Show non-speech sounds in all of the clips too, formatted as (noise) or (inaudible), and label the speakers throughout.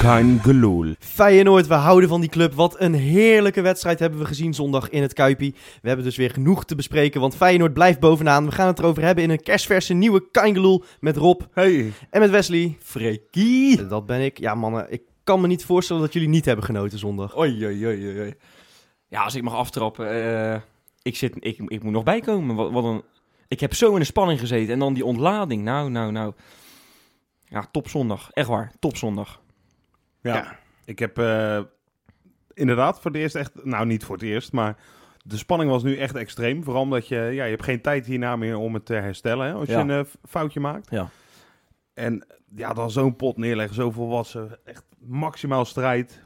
Speaker 1: kein geloel.
Speaker 2: Feyenoord, we houden van die club. Wat een heerlijke wedstrijd hebben we gezien zondag in het Kuipie. We hebben dus weer genoeg te bespreken, want Feyenoord blijft bovenaan. We gaan het erover hebben in een kerstverse nieuwe Kein Geloel met Rob
Speaker 1: Hey,
Speaker 2: en met Wesley.
Speaker 1: Freekie.
Speaker 2: Dat ben ik. Ja mannen, ik kan me niet voorstellen dat jullie niet hebben genoten zondag.
Speaker 3: Oei, oei, oei, oei, oei. Ja, als ik mag aftrappen. eh, ik, zit, ik, ik moet nog bijkomen. Wat, wat een, ik heb zo in de spanning gezeten. En dan die ontlading. Nou, nou, nou. Ja, topzondag. Echt waar, topzondag.
Speaker 1: Ja, ik heb eh, inderdaad voor het eerst echt... Nou, niet voor het eerst, maar de spanning was nu echt extreem. Vooral omdat je... Ja, je hebt geen tijd hierna meer om het te herstellen hè, als
Speaker 3: Ja.
Speaker 1: je een eh, f- foutje maakt.
Speaker 3: Ja.
Speaker 1: En ja, dan zo'n pot neerleggen, zo volwassen. Echt maximaal strijd.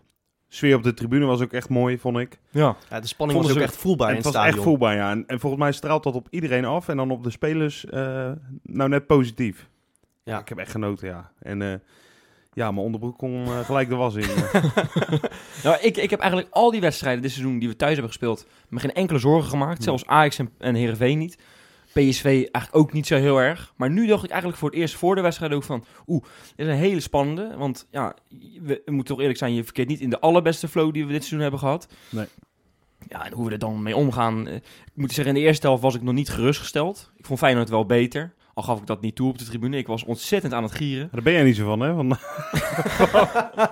Speaker 1: Sfeer op de tribune was ook echt mooi, vond ik.
Speaker 3: Ja.
Speaker 2: Ja, de spanning was ook
Speaker 1: Vonden ze-
Speaker 2: echt voelbaar
Speaker 1: En
Speaker 2: in het
Speaker 1: het was
Speaker 2: stadion.
Speaker 1: echt voelbaar, ja. En, en volgens mij straalt dat op iedereen af. En dan op de spelers, eh, nou net positief.
Speaker 2: Ja.
Speaker 1: Ik heb echt genoten, ja. En eh, ja, mijn onderbroek kon eh, gelijk de was in. (laughs)
Speaker 3: Nou, ik, ik heb eigenlijk al die wedstrijden dit seizoen die we thuis hebben gespeeld... me geen enkele zorgen gemaakt.
Speaker 1: Hm.
Speaker 3: Zelfs Ajax en, en Heerenveen niet. PSV eigenlijk ook niet zo heel erg. Maar nu dacht ik eigenlijk voor het eerst voor de wedstrijd ook van... Oeh, dit is een hele spannende. Want ja, we, we moeten toch eerlijk zijn... je verkeert niet in de allerbeste flow die we dit seizoen hebben gehad.
Speaker 1: Nee.
Speaker 3: Ja, en hoe we er dan mee omgaan. eh, Ik moet zeggen, in de eerste helft was ik nog niet gerustgesteld. Ik vond Feyenoord wel beter. Al gaf ik dat niet toe op de tribune. Ik was ontzettend aan het gieren.
Speaker 1: Daar ben jij niet zo van, hè? (laughs) Van,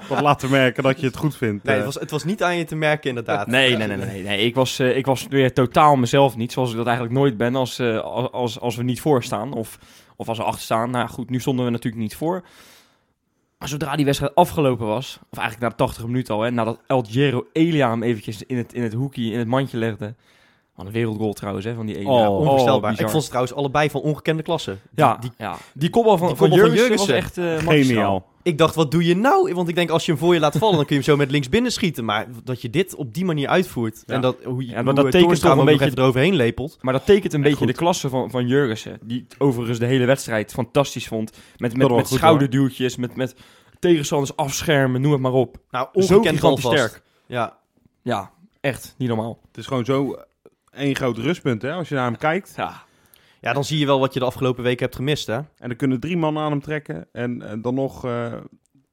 Speaker 1: van laten merken dat je het goed vindt.
Speaker 2: Nee,
Speaker 1: eh.
Speaker 2: het was, het was niet aan je te merken inderdaad.
Speaker 3: Nee, nee, nee, nee, nee. nee. Ik, was, eh, ik was weer totaal mezelf niet, zoals ik dat eigenlijk nooit ben als, eh, als- als, als we niet voor staan of, of als we achter staan. Nou goed, nu stonden we natuurlijk niet voor. Maar zodra die wedstrijd afgelopen was, of eigenlijk na de 80 minuten al, hè, nadat El Giro Elia hem eventjes in het, in het hoekje, in het mandje legde. Wat een wereldgoal trouwens, hè, van die Elia.
Speaker 1: Oh,
Speaker 2: Onvoorstelbaar.
Speaker 3: bizar.
Speaker 2: ik vond ze trouwens allebei van ongekende klasse. Die-
Speaker 3: ja,
Speaker 2: die
Speaker 3: die, ja. die kopbal van,
Speaker 2: die
Speaker 3: van,
Speaker 2: kopbal van
Speaker 3: Jurgensen was echt
Speaker 2: Jurgensen.
Speaker 3: eh, magistraal.
Speaker 1: Geniaal.
Speaker 2: Ik dacht, wat doe je nou? Want ik denk, als je hem voor je laat vallen, dan kun je hem zo met links binnen schieten. Maar dat je dit op die manier uitvoert.
Speaker 1: Ja.
Speaker 2: En dat, hoe,
Speaker 3: Ja,
Speaker 2: je hoe
Speaker 3: maar dat
Speaker 2: eh,
Speaker 3: tekent
Speaker 2: Toornstra
Speaker 3: toch een
Speaker 2: hem ook nog
Speaker 3: beetje-
Speaker 2: even eroverheen lepelt.
Speaker 3: Maar dat tekent een beetje
Speaker 1: goed.
Speaker 3: de klasse van, van Jurgensen. Die het overigens de hele wedstrijd fantastisch vond. Met, met,
Speaker 1: wel
Speaker 3: met
Speaker 1: goed,
Speaker 3: schouderduwtjes, met, met tegenstanders afschermen, noem het maar op.
Speaker 2: Nou,
Speaker 3: Zo
Speaker 2: ongekend
Speaker 3: gigantisch
Speaker 2: alvast.
Speaker 3: sterk.
Speaker 2: Ja.
Speaker 3: Ja, echt. Niet normaal.
Speaker 1: Het is gewoon zo eh, één groot rustpunt, hè? Als je naar hem kijkt.
Speaker 3: Ja.
Speaker 2: ja, dan zie je wel wat je de afgelopen weken hebt gemist, hè?
Speaker 1: En dan kunnen drie mannen aan hem trekken. En eh, dan nog eh,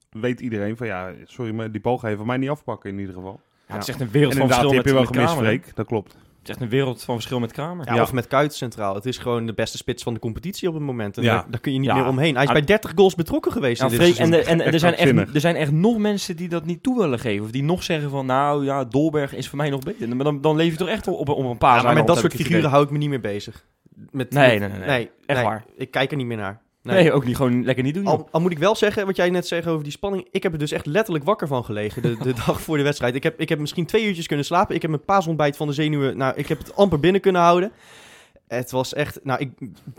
Speaker 1: weet iedereen van, ja, sorry, maar die bal ga je van mij niet afpakken in ieder geval.
Speaker 3: het is
Speaker 2: Ja.
Speaker 3: echt een
Speaker 1: En
Speaker 3: wereld van
Speaker 1: inderdaad,
Speaker 3: verschil
Speaker 1: die
Speaker 3: met,
Speaker 1: heb je wel
Speaker 3: met
Speaker 1: gemist,
Speaker 3: Kramer. hè.
Speaker 1: Freek. Dat klopt.
Speaker 3: Het is echt een wereld van verschil met Kramer.
Speaker 2: Ja,
Speaker 1: Ja.
Speaker 2: Of met Kuit centraal. Het is gewoon de beste spits van de competitie op het moment. En
Speaker 1: Ja.
Speaker 2: daar, daar kun je niet
Speaker 3: Ja.
Speaker 2: meer omheen. Hij is
Speaker 3: Ah,
Speaker 2: bij 30 goals betrokken geweest
Speaker 3: Ja,
Speaker 2: in dit
Speaker 3: Freek, en,
Speaker 2: seizoen.
Speaker 3: de- en er, zijn
Speaker 1: krankzinnig.
Speaker 3: echt, er zijn echt nog mensen die dat niet toe willen geven. Of die nog zeggen van, nou ja, Dolberg is voor mij nog beter. Maar dan, dan leef je toch echt op, op een paar.
Speaker 2: Ja, maar met dat soort figuren
Speaker 3: Nee,
Speaker 2: hou ik me niet meer bezig. Met, met-
Speaker 3: Nee, nee, nee, nee.
Speaker 2: nee,
Speaker 3: Echt waar.
Speaker 2: Ik kijk er niet meer naar.
Speaker 3: nee, ook niet. Gewoon lekker niet doen. joh.
Speaker 2: Al, al moet ik wel zeggen, wat jij net zegt over die spanning. Ik heb er dus echt letterlijk wakker van gelegen de,
Speaker 3: (laughs)
Speaker 2: de dag voor de wedstrijd. Ik heb, ik heb misschien twee uurtjes kunnen slapen. Ik heb mijn paasontbijt van de zenuwen. Nou, ik heb het amper binnen kunnen houden. Het was echt. Nou, ik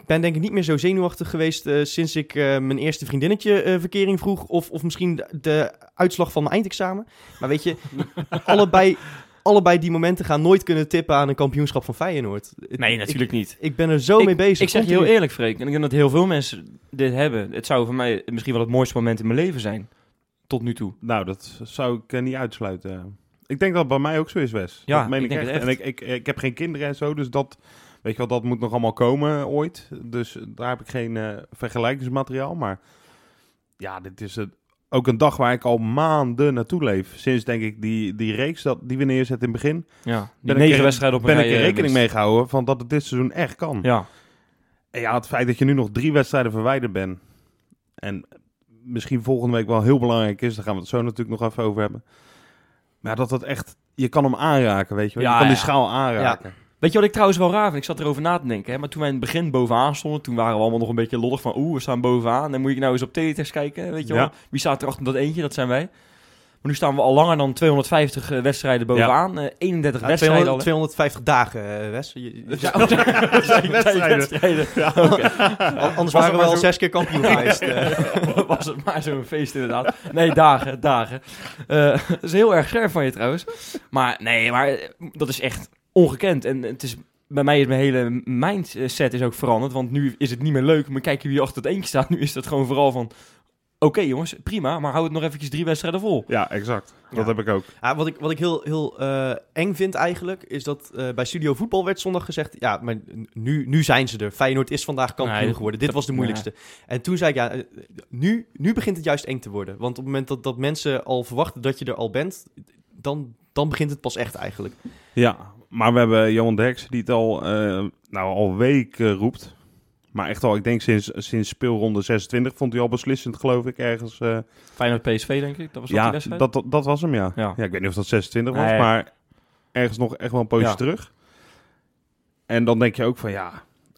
Speaker 2: ben denk ik niet meer zo zenuwachtig geweest eh, sinds ik eh, mijn eerste vriendinnetje eh, verkering vroeg. Of, of misschien de, de uitslag van mijn eindexamen. Maar
Speaker 3: (laughs)
Speaker 2: weet je, allebei, allebei die momenten gaan nooit kunnen tippen aan een kampioenschap van Feyenoord.
Speaker 3: Nee,
Speaker 2: Ik-
Speaker 3: natuurlijk niet.
Speaker 2: Ik, ben er zo mee bezig.
Speaker 3: Ik zeg je
Speaker 2: Continu.
Speaker 3: heel eerlijk, Freek, en ik denk dat heel veel mensen dit hebben. Het zou voor mij misschien wel het mooiste moment in mijn leven zijn. Tot nu toe.
Speaker 1: Nou, dat zou ik eh, niet uitsluiten. Ik denk dat het bij mij ook zo is, Wes.
Speaker 3: Ja,
Speaker 1: dat meen ik,
Speaker 3: ik denk
Speaker 1: echt.
Speaker 3: het
Speaker 1: En ik, ik, ik heb geen kinderen en zo, dus dat, weet je wel, dat moet nog allemaal komen eh, ooit. Dus daar heb ik geen eh, vergelijkingsmateriaal. Maar ja, dit is het, ook een dag waar ik al maanden naartoe leef. Sinds denk ik die, die reeks dat, die we neerzetten in het begin,
Speaker 3: Ja, die
Speaker 1: Ben ik
Speaker 3: negen
Speaker 1: er-
Speaker 3: wedstrijden op een
Speaker 1: ben ik
Speaker 3: rij,
Speaker 1: er
Speaker 3: eh,
Speaker 1: rekening
Speaker 3: minst.
Speaker 1: mee gehouden van dat het dit seizoen echt kan.
Speaker 3: Ja,
Speaker 1: En ja, het feit dat je nu nog drie wedstrijden verwijderd bent. En misschien volgende week wel heel belangrijk is. Daar gaan we het zo natuurlijk nog even over hebben. Maar dat dat echt... Je kan hem aanraken, weet je wel.
Speaker 3: Ja,
Speaker 1: je kan
Speaker 3: ja.
Speaker 1: die schaal aanraken.
Speaker 3: Weet je wat ik trouwens wel raar vind? Ik zat erover na te denken. Hè? Maar toen wij in het begin bovenaan stonden, toen waren we allemaal nog een beetje lollig van... Oeh, we staan bovenaan. Dan moet ik nou eens op teletext kijken. Weet je
Speaker 1: Ja.
Speaker 3: wel? Wie staat er achter dat eentje? Dat zijn wij. Maar nu staan we al langer dan 250 eh, wedstrijden bovenaan. Eh, 31
Speaker 2: Ja,
Speaker 3: wedstrijden
Speaker 2: 200
Speaker 3: al. hè?
Speaker 2: 250 dagen, eh, Wes. Je- je-
Speaker 3: (laughs) Ja, (laughs) oh, dat zijn
Speaker 1: Wedstrijden.
Speaker 3: wedstrijden. Ja, (laughs) oké.
Speaker 2: Al- Anders
Speaker 3: Was
Speaker 2: waren
Speaker 3: er
Speaker 2: we
Speaker 3: maar
Speaker 2: al
Speaker 3: zo-
Speaker 2: zes keer kampioen geweest. eh.
Speaker 3: (laughs) was het maar zo'n feest inderdaad. Nee, dagen, dagen. Eh, (laughs) dat is heel erg scherp van je trouwens. Maar nee, maar eh, dat is echt ongekend. En het is, bij mij is mijn hele (laughs) mindset is ook veranderd. Want nu is het niet meer leuk. Maar kijk je wie achter het eentje staat. Nu is dat gewoon vooral van... jongens, prima, maar hou het nog eventjes drie wedstrijden vol.
Speaker 1: Ja, exact. Dat
Speaker 2: Ja.
Speaker 1: heb ik ook.
Speaker 2: Ja, wat, ik, wat ik heel, heel eh, eng vind eigenlijk, is dat eh, bij Studio Voetbal werd zondag gezegd... Ja, maar nu, nu zijn ze er. Feyenoord is vandaag kampioen
Speaker 3: Nee, dat-
Speaker 2: geworden. Dit
Speaker 3: dat-
Speaker 2: was de moeilijkste. En toen zei ik, ja, eh, nu, nu begint het juist eng te worden. Want op het moment dat, dat mensen al verwachten dat je er al bent... Dan, dan begint het pas echt eigenlijk.
Speaker 1: Ja, maar we hebben Johan Derksen die het al, eh, nou, al weken roept. Maar echt al, ik denk sinds, sinds speelronde 26 vond hij al beslissend, geloof ik, ergens. eh,
Speaker 3: Feyenoord PSV, denk ik. Dat was dat
Speaker 1: ja,
Speaker 3: die wedstrijd.
Speaker 1: dat, dat, dat was hem, ja. ja.
Speaker 3: Ja.
Speaker 1: Ik weet niet of dat 26 was,
Speaker 3: Nee.
Speaker 1: maar ergens nog echt wel een poosje
Speaker 3: Ja.
Speaker 1: terug. En dan denk je ook van, ja,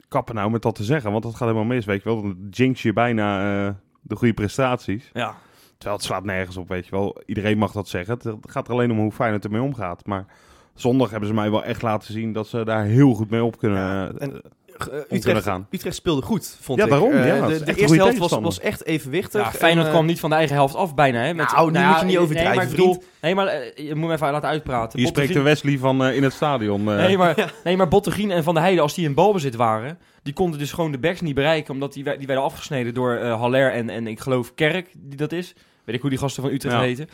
Speaker 1: kappen nou met dat te zeggen, want dat gaat helemaal mis, weet je wel. Dan jinx je bijna eh, de goede prestaties.
Speaker 3: Ja.
Speaker 1: Terwijl het slaat nergens op, weet je wel. Iedereen mag dat zeggen. Het gaat er alleen om hoe fijn het ermee omgaat. Maar zondag hebben ze mij wel echt laten zien dat ze daar heel goed mee op kunnen,
Speaker 2: Ja,
Speaker 1: eh,
Speaker 2: en- Eh,
Speaker 1: kunnen
Speaker 2: Utrecht,
Speaker 1: gaan.
Speaker 2: Utrecht speelde goed, vond
Speaker 1: Ja,
Speaker 2: ik.
Speaker 1: daarom,
Speaker 2: Eh,
Speaker 1: ja, dat is echt
Speaker 2: de de
Speaker 1: een
Speaker 2: eerste
Speaker 1: goede
Speaker 2: helft was,
Speaker 1: tegenstander.
Speaker 2: was echt evenwichtig.
Speaker 3: Ja, Feyenoord
Speaker 2: En, eh,
Speaker 3: kwam niet van de eigen helft af bijna, hè? Met,
Speaker 2: Nou, nu moet je niet
Speaker 3: eh,
Speaker 2: overdrijven,
Speaker 3: nee, maar ik
Speaker 2: vriend.
Speaker 3: bedoel- Nee, maar eh, je moet me even laten uitpraten.
Speaker 1: Hier
Speaker 3: Bottegien-
Speaker 1: spreekt de Wesley van eh, in het stadion. eh.
Speaker 3: Nee, maar,
Speaker 1: (laughs)
Speaker 3: nee, maar Bottegien en Van der Heijden, als die in balbezit waren, die konden dus gewoon de backs niet bereiken, omdat die, we- die werden afgesneden door eh Haller en, en ik geloof Kerk, die dat is. Weet ik hoe die gasten van Utrecht
Speaker 1: Ja.
Speaker 3: heten.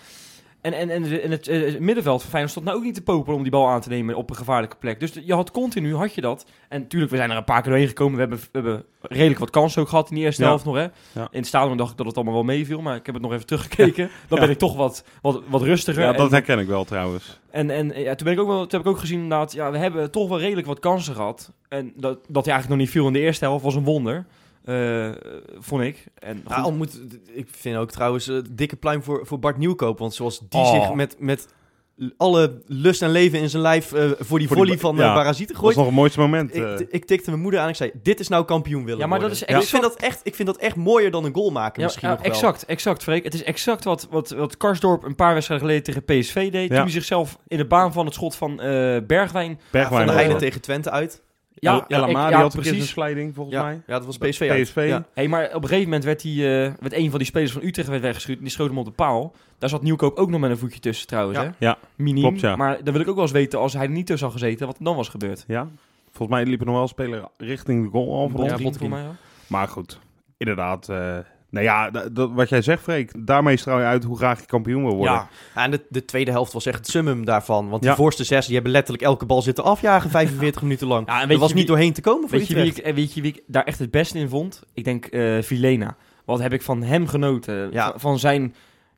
Speaker 3: En, en, en, de- en het eh, middenveld van Feyenoord stond nou ook niet te popelen om die bal aan te nemen op een gevaarlijke plek. Dus de- je had continu, had je dat. En natuurlijk, we zijn er een paar keer doorheen gekomen. We hebben, we hebben redelijk wat kansen ook gehad in die eerste
Speaker 1: Ja.
Speaker 3: helft nog, hè.
Speaker 1: Ja.
Speaker 3: In het stadion dacht ik dat het allemaal wel meeviel, maar ik heb het nog even teruggekeken. Dan
Speaker 1: Ja.
Speaker 3: ben ik toch wat, wat, wat rustiger.
Speaker 1: ja,
Speaker 3: en-
Speaker 1: dat herken ik wel trouwens.
Speaker 3: en, en eh, ja, toen, ben ik ook wel, toen heb ik ook gezien inderdaad, ja, we hebben toch wel redelijk wat kansen gehad. En dat, dat hij eigenlijk nog niet viel in de eerste helft was een wonder, eh, vond ik. En
Speaker 1: Nou,
Speaker 2: Ja,
Speaker 3: goed,
Speaker 2: al moet, Nou, ik vind ook trouwens eh, dikke pluim voor, voor Bart Nieuwkoop. Want zoals die
Speaker 3: Oh.
Speaker 2: zich met, met l- alle lust en leven in zijn lijf eh, voor die
Speaker 1: Voor die
Speaker 2: volley
Speaker 1: ba-
Speaker 2: van
Speaker 1: ja.
Speaker 2: eh, Parasieten
Speaker 1: Dat was
Speaker 2: gooit.
Speaker 1: nog het mooiste moment. eh.
Speaker 2: Ik, ik tikte mijn moeder aan en ik zei, dit is nou kampioen willen
Speaker 3: Ja, maar dat
Speaker 2: worden.
Speaker 3: is
Speaker 2: Dus ik,
Speaker 3: exact-
Speaker 2: vind dat echt, ik vind dat echt mooier dan een goal maken
Speaker 3: ja,
Speaker 2: misschien
Speaker 3: ja,
Speaker 2: nog wel.
Speaker 3: exact, exact, Freek. Het is exact wat, wat, wat Karsdorp een paar wedstrijden geleden tegen PSV deed.
Speaker 1: Ja.
Speaker 3: Toen hij zichzelf in de baan van het schot van eh, Bergwijn...
Speaker 2: Ja, van
Speaker 1: Bergwijn
Speaker 2: de
Speaker 1: was
Speaker 2: Heijden
Speaker 1: dat.
Speaker 2: tegen Twente uit.
Speaker 1: Ja, El
Speaker 3: ik-
Speaker 1: Amadi
Speaker 3: ja,
Speaker 1: had een keer zijn slijding, volgens
Speaker 2: Ja,
Speaker 1: mij.
Speaker 2: ja, dat was PSV uit.
Speaker 1: PSV.
Speaker 2: Ja.
Speaker 3: Hey, maar op een gegeven moment werd, die, eh, werd een van die spelers van Utrecht werd weggeschuurd. En die schoot hem op de paal. Daar zat Nieuwkoop ook nog met een voetje tussen trouwens.
Speaker 2: Ja.
Speaker 3: Hè?
Speaker 1: Ja,
Speaker 3: Miniem.
Speaker 1: klopt, ja.
Speaker 3: Maar dan wil ik ook wel eens weten, als hij er niet tussen had gezeten, wat er dan was gebeurd.
Speaker 1: Ja. Volgens mij liep er nog wel een speler richting de goal al. voor ons.
Speaker 3: Ja,
Speaker 2: Botkin.
Speaker 3: mij, ja.
Speaker 1: Maar goed, inderdaad. eh, nou ja, d- d- wat jij zegt, Freek. Daarmee straal je uit hoe graag je kampioen wil worden.
Speaker 3: Ja,
Speaker 2: Ja, en de, de tweede helft was echt het summum daarvan. Want die
Speaker 1: Ja.
Speaker 2: voorste zes, die hebben letterlijk elke bal zitten afjagen 45 minuten lang.
Speaker 3: Ja, en weet
Speaker 2: er
Speaker 3: je
Speaker 2: was
Speaker 3: wie-
Speaker 2: niet doorheen te komen voor
Speaker 3: weet je, wie
Speaker 2: Utrecht.
Speaker 3: ik, eh, weet je wie ik daar echt het beste in vond? Ik denk eh Vilena. Wat heb ik van hem genoten?
Speaker 2: Ja.
Speaker 3: Van, van zijn,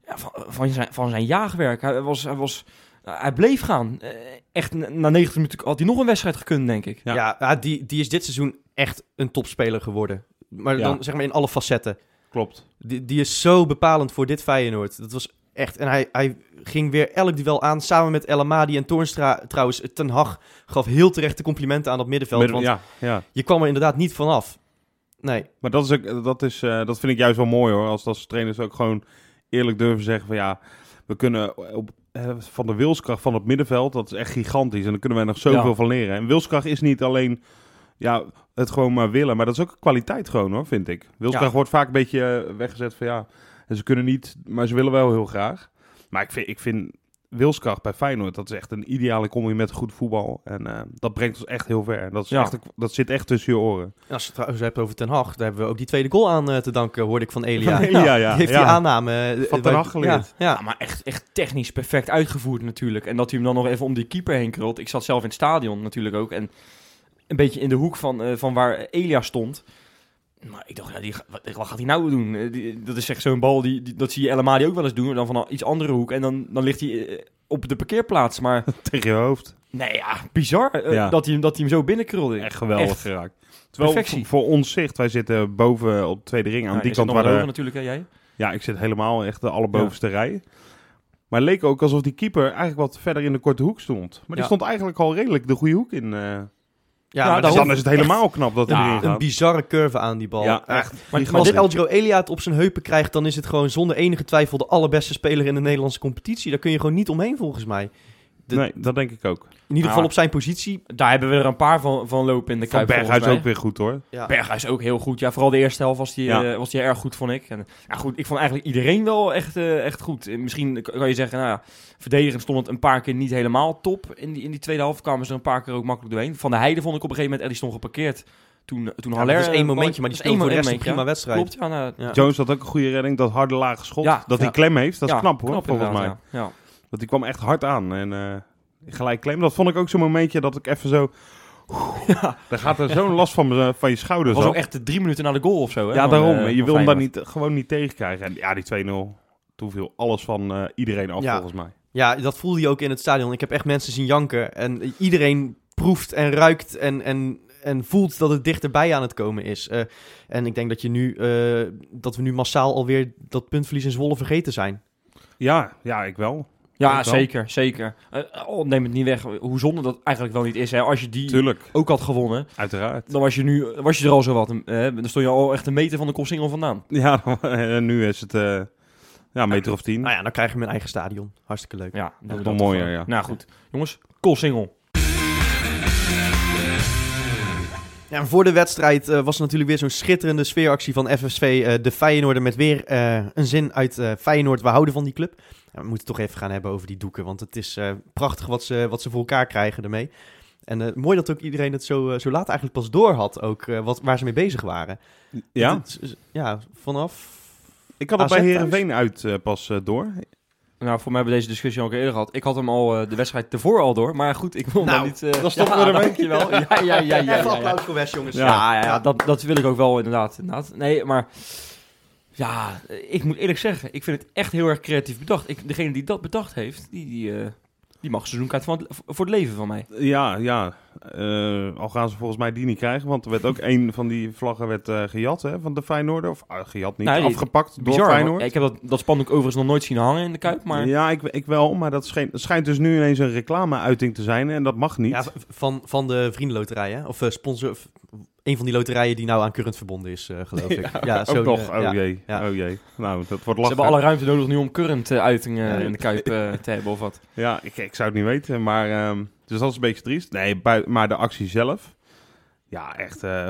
Speaker 3: ja, van, van zijn, van zijn jaagwerk. Hij, was, hij, was, hij bleef gaan. Eh, echt, na- na 90 minuten had hij nog een wedstrijd gekund, denk ik.
Speaker 1: Ja.
Speaker 2: Ja, ja, die, die is dit seizoen echt een topspeler geworden. Maar
Speaker 1: Ja.
Speaker 2: dan zeg maar in alle facetten.
Speaker 1: Klopt.
Speaker 2: Die, die is zo bepalend voor dit Feyenoord. Dat was echt... En hij, hij ging weer elk duel aan, samen met El Amadi en Toornstra. Trouwens, Ten Hag gaf heel terecht de complimenten aan dat middenveld.
Speaker 1: Met-
Speaker 2: want
Speaker 1: ja, ja.
Speaker 2: je kwam er inderdaad niet vanaf. Nee.
Speaker 1: Maar dat, is ook, dat, is, eh, dat vind ik juist wel mooi hoor. Als dat als trainers ook gewoon eerlijk durven zeggen van ja, we kunnen op, eh, van de wilskracht van het middenveld, dat is echt gigantisch. En daar kunnen wij nog zoveel
Speaker 3: Ja.
Speaker 1: van leren. En wilskracht is niet alleen ja, het gewoon maar willen, maar dat is ook een kwaliteit gewoon hoor, vind ik. Wilskracht
Speaker 3: Ja.
Speaker 1: wordt vaak een beetje eh, weggezet van ja, en ze kunnen niet, maar ze willen wel heel graag. Maar ik vind, ik vind wilskracht bij Feyenoord, dat is echt een ideale combi met goed voetbal. En eh, dat brengt ons echt heel ver. En dat, is
Speaker 3: Ja.
Speaker 1: echt, een- dat zit echt tussen je
Speaker 2: (laughs)
Speaker 1: oren.
Speaker 2: En als je het trouwens hebt over Ten Hag, daar hebben we ook die tweede goal aan eh, te danken, hoorde
Speaker 1: (laughs)
Speaker 2: ik van Elia.
Speaker 1: Van Elia, ja,
Speaker 2: Die heeft
Speaker 1: ja.
Speaker 2: die aanname... eh,
Speaker 1: Van
Speaker 2: bij-
Speaker 1: Ten Hag geleerd.
Speaker 2: Ja, ja.
Speaker 3: Ja, maar echt, echt technisch perfect uitgevoerd natuurlijk. En dat hij hem dan nog even om die keeper heen krult. Ik zat zelf in het stadion natuurlijk ook. En een beetje in de hoek van, eh, van waar Elia stond. Maar ik dacht, ja, die, ga- wat, wat gaat hij nou doen? Eh, die- dat is echt zo'n bal, die, die- dat zie je El Amadi ook wel eens doen. maar Dan van een iets andere hoek. En dan, dan ligt hij eh, op de parkeerplaats. Maar
Speaker 1: Tegen je hoofd.
Speaker 3: nee, ja, bizar eh,
Speaker 1: Ja.
Speaker 3: Dat, hij, hem- dat hij hem zo binnenkrulde.
Speaker 1: Echt geweldig
Speaker 3: Echt.
Speaker 1: geraakt. Terwijl
Speaker 3: Perfectie.
Speaker 1: v- voor ons zicht, wij zitten boven op de tweede ring. Aan
Speaker 3: Ja,
Speaker 1: die
Speaker 3: je zit
Speaker 1: kant
Speaker 3: nog
Speaker 1: waar
Speaker 3: wel
Speaker 1: de-
Speaker 3: hoger natuurlijk, hè, jij?
Speaker 1: Ja, ik zit helemaal echt de allerbovenste rij. Maar het leek ook alsof die keeper eigenlijk wat verder in de korte hoek stond. Maar die
Speaker 2: Ja.
Speaker 1: stond eigenlijk al redelijk de goede hoek in. eh.
Speaker 2: Ja,
Speaker 3: Ja,
Speaker 2: maar
Speaker 1: dus
Speaker 2: dat
Speaker 3: daarom.
Speaker 1: dan is het helemaal knap dat hij
Speaker 3: Ja,
Speaker 1: erin
Speaker 2: is een
Speaker 1: gaat.
Speaker 2: bizarre curve aan die bal.
Speaker 1: Ja,
Speaker 2: Eh,
Speaker 1: echt.
Speaker 3: Maar-
Speaker 1: Die
Speaker 3: maar
Speaker 2: Als
Speaker 1: gozer-
Speaker 2: Eldro Elia het op zijn heupen krijgt, dan is het gewoon zonder enige twijfel de allerbeste speler in de Nederlandse competitie. Daar kun je gewoon niet omheen volgens mij. de-
Speaker 1: Nee, dat denk ik ook.
Speaker 2: In ieder geval
Speaker 3: Ah.
Speaker 2: op zijn positie.
Speaker 3: Daar hebben we er een paar van, van lopen in de
Speaker 1: Van
Speaker 3: Kuip volgens
Speaker 1: Berghuis
Speaker 3: mij.
Speaker 1: ook weer goed hoor.
Speaker 2: Ja.
Speaker 3: Ah, Berghuis ook heel goed. Ja, vooral de eerste helft was hij
Speaker 1: Ja.
Speaker 3: was die erg goed, vond ik. En, ja, goed, ik vond eigenlijk iedereen wel echt, eh, echt goed. En Misschien k- kan je zeggen, nou ja, verdedigend stond het een paar keer niet helemaal top. In die, in die tweede helft kwamen ze er een paar keer ook makkelijk doorheen. Van de Heide vond ik op een gegeven moment, en die stond geparkeerd toen, eh, toen
Speaker 2: Ja,
Speaker 3: Haller... oh,
Speaker 2: dat is één momentje, maar
Speaker 3: dat
Speaker 2: die speelt
Speaker 3: is één
Speaker 2: voor de rest een
Speaker 3: momentje,
Speaker 2: prima wedstrijd.
Speaker 3: Klopt, ja. nou,
Speaker 2: Ja.
Speaker 1: Jones had ook een goede redding. Dat harde lage schot.
Speaker 3: Ja,
Speaker 1: dat
Speaker 2: ja.
Speaker 1: hij klem heeft. Dat is
Speaker 3: ja,
Speaker 1: knap hoor, volgens mij.
Speaker 3: inderdaad, Ja. Ja.
Speaker 1: Dat die kwam echt hard aan. En eh, gelijk klem. Dat vond ik ook zo'n momentje dat ik even
Speaker 3: (laughs)
Speaker 1: zo... Dan gaat er zo'n last van, me- eh, van je schouders
Speaker 3: was
Speaker 1: af.
Speaker 3: ook echt drie minuten na de goal of zo. Hè,
Speaker 1: Dus Ja,
Speaker 3: van,
Speaker 1: daarom.
Speaker 3: eh,
Speaker 1: je
Speaker 3: van
Speaker 1: wil hem daar
Speaker 3: Feyenoord.
Speaker 1: niet, gewoon niet tegenkrijgen. En ja, die 2-0. Toen viel alles van eh, iedereen af,
Speaker 2: Ja.
Speaker 1: volgens mij.
Speaker 2: Ja, dat voelde je ook in het stadion. Ik heb echt mensen zien janken. En iedereen proeft en ruikt en, en, en voelt dat het dichterbij aan het komen is. Eh, en ik denk dat, je nu, eh, dat we nu massaal alweer dat puntverlies in Zwolle vergeten zijn.
Speaker 1: Ja, ja, ik wel.
Speaker 3: Ja,
Speaker 1: Ook wel.
Speaker 3: zeker, zeker. Eh, oh, neem het niet weg, hoe zonde dat eigenlijk wel niet is. Hè. Als je die
Speaker 1: Tuurlijk,
Speaker 3: ook had gewonnen,
Speaker 1: uiteraard. (laughs)
Speaker 3: dan was je, nu, was je er al zo wat. Hè. Dan stond je al echt een meter van de kopsingel vandaan.
Speaker 1: Ja, en nu is het eh, ja, een meter of tien.
Speaker 2: Nou ja, dan krijgen we een eigen stadion. Hartstikke leuk.
Speaker 3: Ja, doen we
Speaker 1: nog
Speaker 3: toch
Speaker 1: mooier,
Speaker 3: gewoon.
Speaker 1: ja.
Speaker 3: Nou goed, jongens, kopsingel.
Speaker 2: Ja, voor de wedstrijd eh, was er natuurlijk weer zo'n schitterende sfeeractie van FSV. eh, de Feyenoorder met weer eh, een zin uit eh, Feyenoord. We houden van die club. Ja, we moeten het toch even gaan hebben over die doeken. Want het is eh, prachtig wat ze, wat ze voor elkaar krijgen ermee. En eh, mooi dat ook iedereen het zo, eh, zo laat eigenlijk pas door had. Ook eh, wat, waar ze mee bezig waren.
Speaker 1: Ja,
Speaker 2: Het is- ja, vanaf...
Speaker 1: ik had het
Speaker 2: AZ
Speaker 1: bij
Speaker 2: thuis?
Speaker 1: Herenveen uit eh, pas eh, door.
Speaker 3: Nou, voor mij hebben we deze discussie al een keer eerder gehad. Ik had hem al eh, de wedstrijd ervoor al door. Maar goed, ik wil hem
Speaker 2: Nou,
Speaker 3: dan niet... eh,
Speaker 1: dan stoppen we
Speaker 3: (laughs) ja,
Speaker 1: ermee. (laughs)
Speaker 3: Dankjewel. Ja, ja, ja, ja, ja,
Speaker 2: Even
Speaker 3: ja.
Speaker 2: applaus voor Wes, jongens.
Speaker 3: Ja, ja, ja, dat, dat wil ik ook wel inderdaad, inderdaad. Nee, maar ja, ik moet eerlijk zeggen, ik vind het echt heel erg creatief bedacht. Ik, degene die dat bedacht heeft, die, die, eh, die mag een seizoenkaart van het- voor het leven van mij.
Speaker 1: Ja, ja. Eh, al gaan ze volgens mij die niet krijgen. Want er werd ook één van die vlaggen werd, eh, gejat hè, van de Feyenoorder. Of ah, gejat niet,
Speaker 3: Nee, die-
Speaker 1: afgepakt door
Speaker 3: Bizar.
Speaker 1: Feyenoord.
Speaker 3: want Ik heb dat, dat spandoek overigens nog nooit zien hangen in de Kuip, maar
Speaker 1: Ja, ik, ik wel. Maar dat scheen- het schijnt dus nu ineens een reclame-uiting te zijn. En dat mag niet.
Speaker 2: Ja, v- van, van de vriendenloterij, hè? Of eh, sponsor... of een van die loterijen die nou aan Current verbonden is, eh,
Speaker 1: (laughs)
Speaker 2: geloof ik. (laughs) Ja,
Speaker 1: ook
Speaker 2: zo'n,
Speaker 1: nog.
Speaker 2: eh,
Speaker 1: oh
Speaker 2: ja.
Speaker 1: jee.
Speaker 2: ja.
Speaker 1: Oh jee. Nou, dat wordt
Speaker 3: ze
Speaker 1: lastig.
Speaker 3: hebben alle ruimte nodig nu om current eh, uitingen
Speaker 2: Ja.
Speaker 3: in de
Speaker 1: (laughs)
Speaker 3: Kuip eh, te hebben of wat.
Speaker 1: Ja, ik, ik zou het niet weten, maar... ehm, dus dat is een beetje triest. Nee, bui- maar de actie zelf... Ja, echt... eh,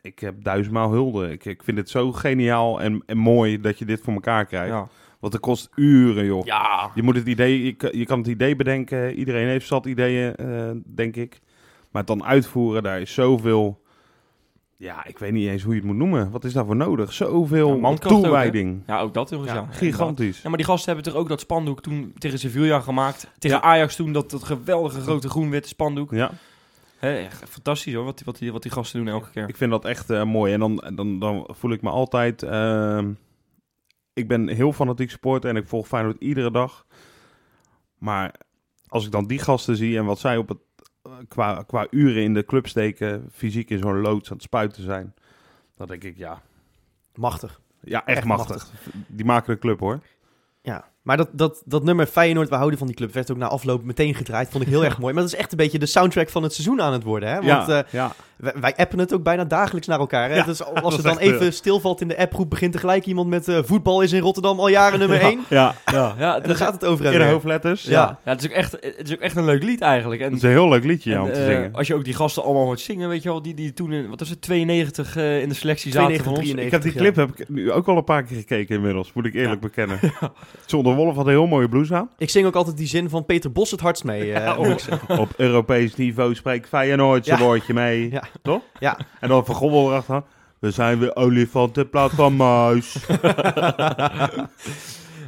Speaker 1: ik heb duizendmaal hulde. Ik, ik vind het zo geniaal en, en mooi dat je dit voor elkaar krijgt.
Speaker 3: Ja.
Speaker 1: Want het kost uren, joh.
Speaker 3: ja.
Speaker 1: Je, moet het idee, je, kan- je kan het idee bedenken. Iedereen heeft zat ideeën, eh, denk ik. Maar het dan uitvoeren, daar is zoveel... Ja, ik weet niet eens hoe je het moet noemen. Wat is daarvoor nodig?
Speaker 3: Ja,
Speaker 1: Zoveel
Speaker 3: mankracht ook, hè?
Speaker 1: toewijding.
Speaker 3: Ja, ook dat overigens. Ja, inderdaad.
Speaker 1: Gigantisch.
Speaker 3: Ja, maar die gasten hebben toch ook dat spandoek toen tegen Sevilla gemaakt. Tegen Ajax toen dat, dat geweldige grote groen-witte spandoek.
Speaker 1: Ja.
Speaker 3: Hè, echt fantastisch hoor, wat, die- wat, die, wat die gasten doen elke keer.
Speaker 1: Ik vind dat echt eh, mooi. En dan, dan, dan voel ik me altijd... ehm, ik ben heel fanatiek supporter en ik volg Feyenoord iedere dag. Maar als ik dan die gasten zie en wat zij op het, eh, qua, qua uren in de club steken... fysiek in zo'n loods aan het spuiten zijn... dan denk ik, ja,
Speaker 2: Machtig.
Speaker 1: ja echt,
Speaker 2: Echt
Speaker 1: machtig. Die maken de club, hoor.
Speaker 2: Ja, maar dat, dat, dat nummer Feyenoord, we houden van die club, werd ook na afloop meteen gedraaid. Vond ik
Speaker 1: (laughs)
Speaker 2: heel erg mooi. Maar dat is echt een beetje de soundtrack van het seizoen aan het worden. Hè? Want
Speaker 1: ja,
Speaker 2: eh,
Speaker 1: ja.
Speaker 2: wij, wij appen het ook bijna dagelijks naar elkaar. Hè?
Speaker 1: Ja, (laughs)
Speaker 2: dus
Speaker 1: dat
Speaker 2: als
Speaker 1: is
Speaker 2: het dan
Speaker 1: echt, eh,
Speaker 2: even stilvalt in de appgroep, begint tegelijk iemand met eh, voetbal is in Rotterdam al jaren nummer 1.
Speaker 1: ja.
Speaker 3: Ja,
Speaker 2: En dan
Speaker 3: dat-
Speaker 2: gaat het over en
Speaker 1: In de
Speaker 2: weer.
Speaker 1: hoofdletters.
Speaker 2: Ja.
Speaker 3: Ja, het, is ook echt, het is ook echt een leuk lied eigenlijk. En,
Speaker 1: Dat is een heel leuk liedje ja,
Speaker 3: en,
Speaker 1: om te
Speaker 3: eh,
Speaker 1: zingen.
Speaker 3: als je ook die gasten allemaal hoort zingen, weet je wel, die, die toen in, wat was het, 92 eh, in de selectie zaten van ons.
Speaker 2: 92,
Speaker 1: Ik heb die
Speaker 2: 90,
Speaker 1: clip heb ik nu ook al een paar keer gekeken inmiddels, moet ik eerlijk
Speaker 2: (laughs)
Speaker 1: bekennen. Zonder Wolf had een heel mooie blouse aan.
Speaker 2: Ik zing ook altijd die zin van Peter Bos het hardst
Speaker 1: (laughs)
Speaker 2: mee. eh, moet ik zeggen.
Speaker 1: Op Europees niveau spreekt Feyenoord zijn
Speaker 2: Ja.
Speaker 1: woordje mee.
Speaker 2: Ja.
Speaker 1: Toch?
Speaker 2: Ja.
Speaker 1: En dan van Gommel erachter. We zijn weer olifant in plaats van
Speaker 2: (laughs)
Speaker 1: muis.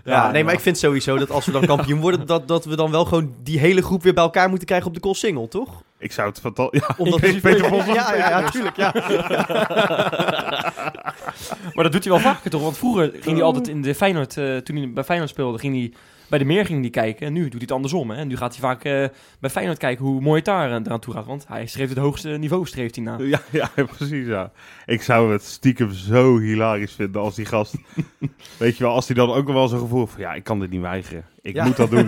Speaker 2: ja, nee, maar ik vind sowieso dat als we dan kampioen
Speaker 1: (laughs)
Speaker 2: worden, dat, dat we dan wel gewoon die hele groep weer bij elkaar moeten krijgen op de call single, toch?
Speaker 1: Ik zou het fantastisch... Ja,
Speaker 2: Omdat
Speaker 1: Pe- Peter Bos.
Speaker 2: Ja, ja, ja, tuurlijk. Ja.
Speaker 3: Maar dat doet hij wel vaker toch? Want vroeger ging
Speaker 1: Ehm.
Speaker 3: hij altijd in de Feyenoord, eh, toen hij bij Feyenoord speelde, ging hij bij de meer ging hij kijken. En nu doet hij het andersom. Hè? En nu gaat hij vaak eh, bij Feyenoord kijken hoe mooi het daar eh, eraan toe gaat. Want hij schreef het hoogste niveau, streeft hij na.
Speaker 1: Ja, ja, precies ja. Ik zou het stiekem zo hilarisch vinden als die
Speaker 2: (laughs)
Speaker 1: gast... Weet je wel, als die dan ook nog wel zo'n gevoel heeft van... Ja, ik kan dit niet weigeren. Ik
Speaker 2: (laughs) Ja.
Speaker 1: moet dat doen.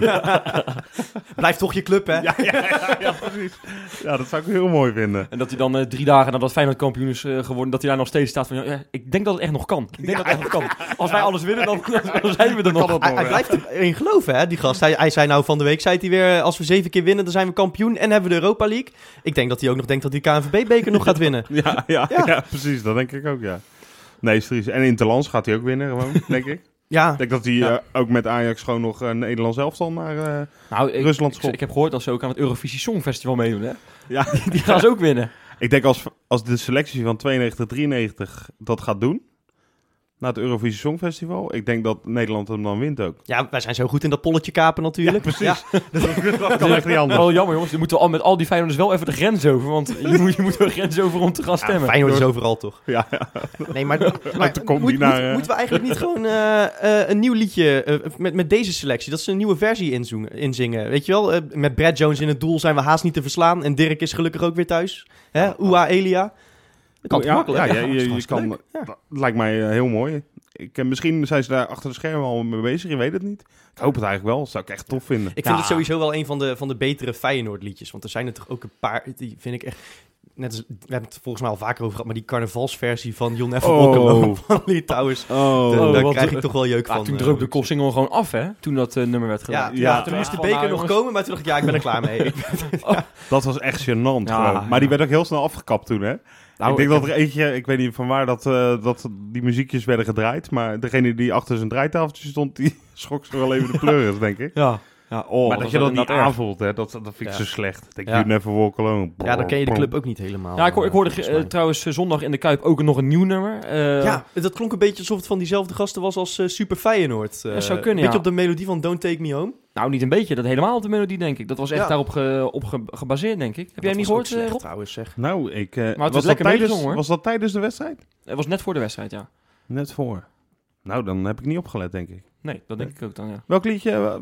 Speaker 2: Blijf toch je club, hè?
Speaker 1: Ja, ja, ja, ja, precies. Ja, dat zou ik heel mooi vinden.
Speaker 3: En dat hij dan eh, drie dagen nadat Feyenoord kampioen is eh, geworden, dat hij daar nog steeds staat van, ja, ja, ik denk dat het echt nog kan. Ik denk dat het echt nog kan. Als wij alles winnen, dan, dan zijn we er nog.
Speaker 2: Hij, hij blijft erin geloven, hè, die gast. Hij, hij zei nou van de week, zei hij weer, als we zeven keer winnen, dan zijn we kampioen en hebben we de Europa League. Ik denk dat hij ook nog denkt dat hij KNVB-beker nog gaat winnen.
Speaker 1: (laughs) Ja, ja,
Speaker 2: Ja.
Speaker 1: ja. precies. Dat denk ik ook, ja. Nee, is triest. En Interlands gaat hij ook winnen, gewoon, (laughs) denk ik.
Speaker 2: Ja,
Speaker 1: Ik denk dat hij
Speaker 3: Ja.
Speaker 1: eh, ook met Ajax gewoon nog een Nederlands elftal naar... eh,
Speaker 3: Nou, ik,
Speaker 1: Rusland
Speaker 3: ik,
Speaker 1: schop.
Speaker 3: (laughs) ik heb gehoord dat ze ook aan het Eurovisie Songfestival meedoen, hè?
Speaker 1: Ja.
Speaker 3: Die, die gaan ze ook winnen.
Speaker 1: Ik denk als, als de selectie van 92, 93 dat gaat doen. Na het Eurovisie Songfestival. Ik denk dat Nederland hem dan wint ook.
Speaker 2: Ja, wij zijn zo goed in dat polletje kapen natuurlijk.
Speaker 1: precies.
Speaker 2: Ja.
Speaker 1: (laughs) Dat kan echt niet anders.
Speaker 3: Wel jammer jongens, dan moeten we al met al die Feyenoorders wel even de grens over. Want je moet, je moet wel de grens over om te gaan
Speaker 2: Ja,
Speaker 3: stemmen.
Speaker 2: Feyenoord is overal toch?
Speaker 1: Ja, (laughs)
Speaker 2: Nee, maar, maar
Speaker 1: toen komt
Speaker 2: moet-
Speaker 1: die
Speaker 2: moet-
Speaker 1: naar, eh.
Speaker 2: moeten we eigenlijk niet gewoon eh, eh, een nieuw liedje eh, met, met deze selectie? Dat ze een nieuwe versie inzoen- inzingen. Weet je wel, Eh, met Brad Jones in het doel zijn we haast niet te verslaan. En Dirk is gelukkig ook weer thuis. Hè? Oea, Elia. Dat kan toch
Speaker 1: Oh, ja,
Speaker 2: makkelijk?
Speaker 1: ja, je-
Speaker 2: dat is
Speaker 1: je- je
Speaker 2: hartstikke
Speaker 1: kan-
Speaker 2: leuk. Ja.
Speaker 1: dat lijkt mij eh, heel mooi. Ik, eh, misschien zijn ze daar achter de schermen al mee bezig. Je weet het niet. Ik hoop het eigenlijk wel. Dat zou ik echt tof vinden.
Speaker 2: Ik vind
Speaker 3: Ja.
Speaker 2: het sowieso wel een van de, van de betere Feyenoord liedjes. Want er zijn er toch ook een paar, die vind ik echt... Net als, we hebben het volgens mij al vaker over gehad, maar die carnavalsversie van You'll Never Walk
Speaker 1: Oh.
Speaker 2: Alone (laughs) van Lee Towers.
Speaker 1: Oh, Ah,
Speaker 2: de- daar
Speaker 3: wat-
Speaker 2: krijg ik toch wel jeuk
Speaker 3: Ja,
Speaker 2: van.
Speaker 3: toen
Speaker 2: eh,
Speaker 3: droop de kopsingel gewoon af, hè? Toen dat eh, nummer werd
Speaker 2: Ja,
Speaker 3: gedaan.
Speaker 2: toen,
Speaker 1: Ja.
Speaker 2: dacht- toen moest de
Speaker 3: Van,
Speaker 2: beker
Speaker 3: nou,
Speaker 2: nog
Speaker 1: oh,
Speaker 3: jongens.
Speaker 2: komen, maar toen dacht ik, ja, ik ben er klaar mee.
Speaker 1: (laughs) dat was echt gênant.
Speaker 3: Ja,
Speaker 1: gewoon. Maar die
Speaker 3: ja.
Speaker 1: werd ook heel snel afgekapt toen, hè?
Speaker 3: Nou,
Speaker 1: ik denk
Speaker 3: ik
Speaker 1: dat er eentje, ik weet niet van waar dat, eh, dat die muziekjes werden gedraaid. Maar degene die achter zijn draaitafeltje stond, die (laughs) schrok ze wel even de pleuris, denk ik.
Speaker 3: Ja. ja oh,
Speaker 1: maar dat je
Speaker 3: was
Speaker 1: dat niet
Speaker 3: inderdaad erg.
Speaker 1: aanvoelt, hè? Dat, dat vind ik
Speaker 2: Ja.
Speaker 1: zo slecht. Ik denk,
Speaker 2: Ja.
Speaker 1: you never walk alone.
Speaker 2: ja, dan ken je de club ook niet helemaal.
Speaker 3: Ja, ik, hoor, ik hoorde
Speaker 2: eh,
Speaker 3: ge- eh,
Speaker 2: volgens
Speaker 3: trouwens eh, zondag in de Kuip ook nog een nieuw nummer.
Speaker 2: mij.
Speaker 3: Eh,
Speaker 2: ja, dat klonk een beetje alsof het van diezelfde gasten was als eh, Super Feyenoord. eh,
Speaker 3: Dat zou kunnen,
Speaker 2: Een beetje
Speaker 3: ja.
Speaker 2: op de melodie van Don't Take Me Home.
Speaker 3: Nou, niet een beetje. Dat helemaal op de melodie, denk ik. Dat was echt
Speaker 2: Ja.
Speaker 3: daarop ge- op ge- gebaseerd, denk ik. Heb jij
Speaker 2: Dat
Speaker 3: hem niet
Speaker 2: was ook
Speaker 3: gehoord, eh,
Speaker 2: slecht,
Speaker 3: Rob?
Speaker 2: trouwens, zeg.
Speaker 1: Nou, ik, eh,
Speaker 3: was
Speaker 1: was, dat
Speaker 3: lekker
Speaker 1: tijdens,
Speaker 3: meegezongen, hoor.
Speaker 1: was dat tijdens de wedstrijd?
Speaker 3: Het was net voor de wedstrijd, ja.
Speaker 1: Net voor. Nou, dan heb ik niet opgelet, denk ik.
Speaker 3: Nee, dat denk ik ook dan, ja.
Speaker 1: Welk liedje eh,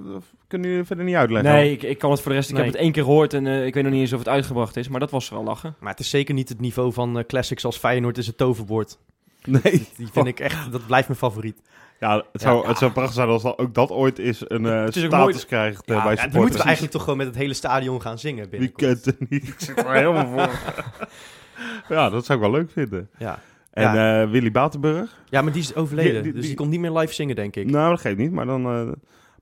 Speaker 1: kunnen jullie verder niet uitleggen?
Speaker 3: Nee, ik, ik kan het voor de rest. Ik
Speaker 2: Nee.
Speaker 3: heb het één keer gehoord en eh, ik weet nog niet eens of het uitgebracht is. Maar dat was wel lachen.
Speaker 2: Maar het is zeker niet het niveau van eh, classics als Feyenoord is het toverwoord.
Speaker 1: (laughs) Nee.
Speaker 2: Die
Speaker 3: Oh.
Speaker 2: vind ik echt, dat blijft mijn favoriet.
Speaker 1: Ja, het zou, Het zou prachtig zijn als dat, ook dat ooit is een eh,
Speaker 3: Het is ook
Speaker 1: status
Speaker 3: mooi-
Speaker 1: krijgt eh, bij
Speaker 3: Ja, ja,
Speaker 2: Die
Speaker 1: supporters.
Speaker 2: moeten we eigenlijk toch gewoon met het hele stadion gaan zingen
Speaker 1: Wie
Speaker 2: binnenkort.
Speaker 1: kent het niet? Ik zit er helemaal voor. (laughs) ja, dat zou ik wel leuk vinden.
Speaker 2: Ja.
Speaker 1: En eh, Willy Batenburg?
Speaker 2: ja, maar die is overleden,
Speaker 1: Die- die-
Speaker 2: dus die
Speaker 1: die-
Speaker 2: komt niet meer live zingen, denk ik.
Speaker 1: Nou, dat geeft niet. Maar dan eh,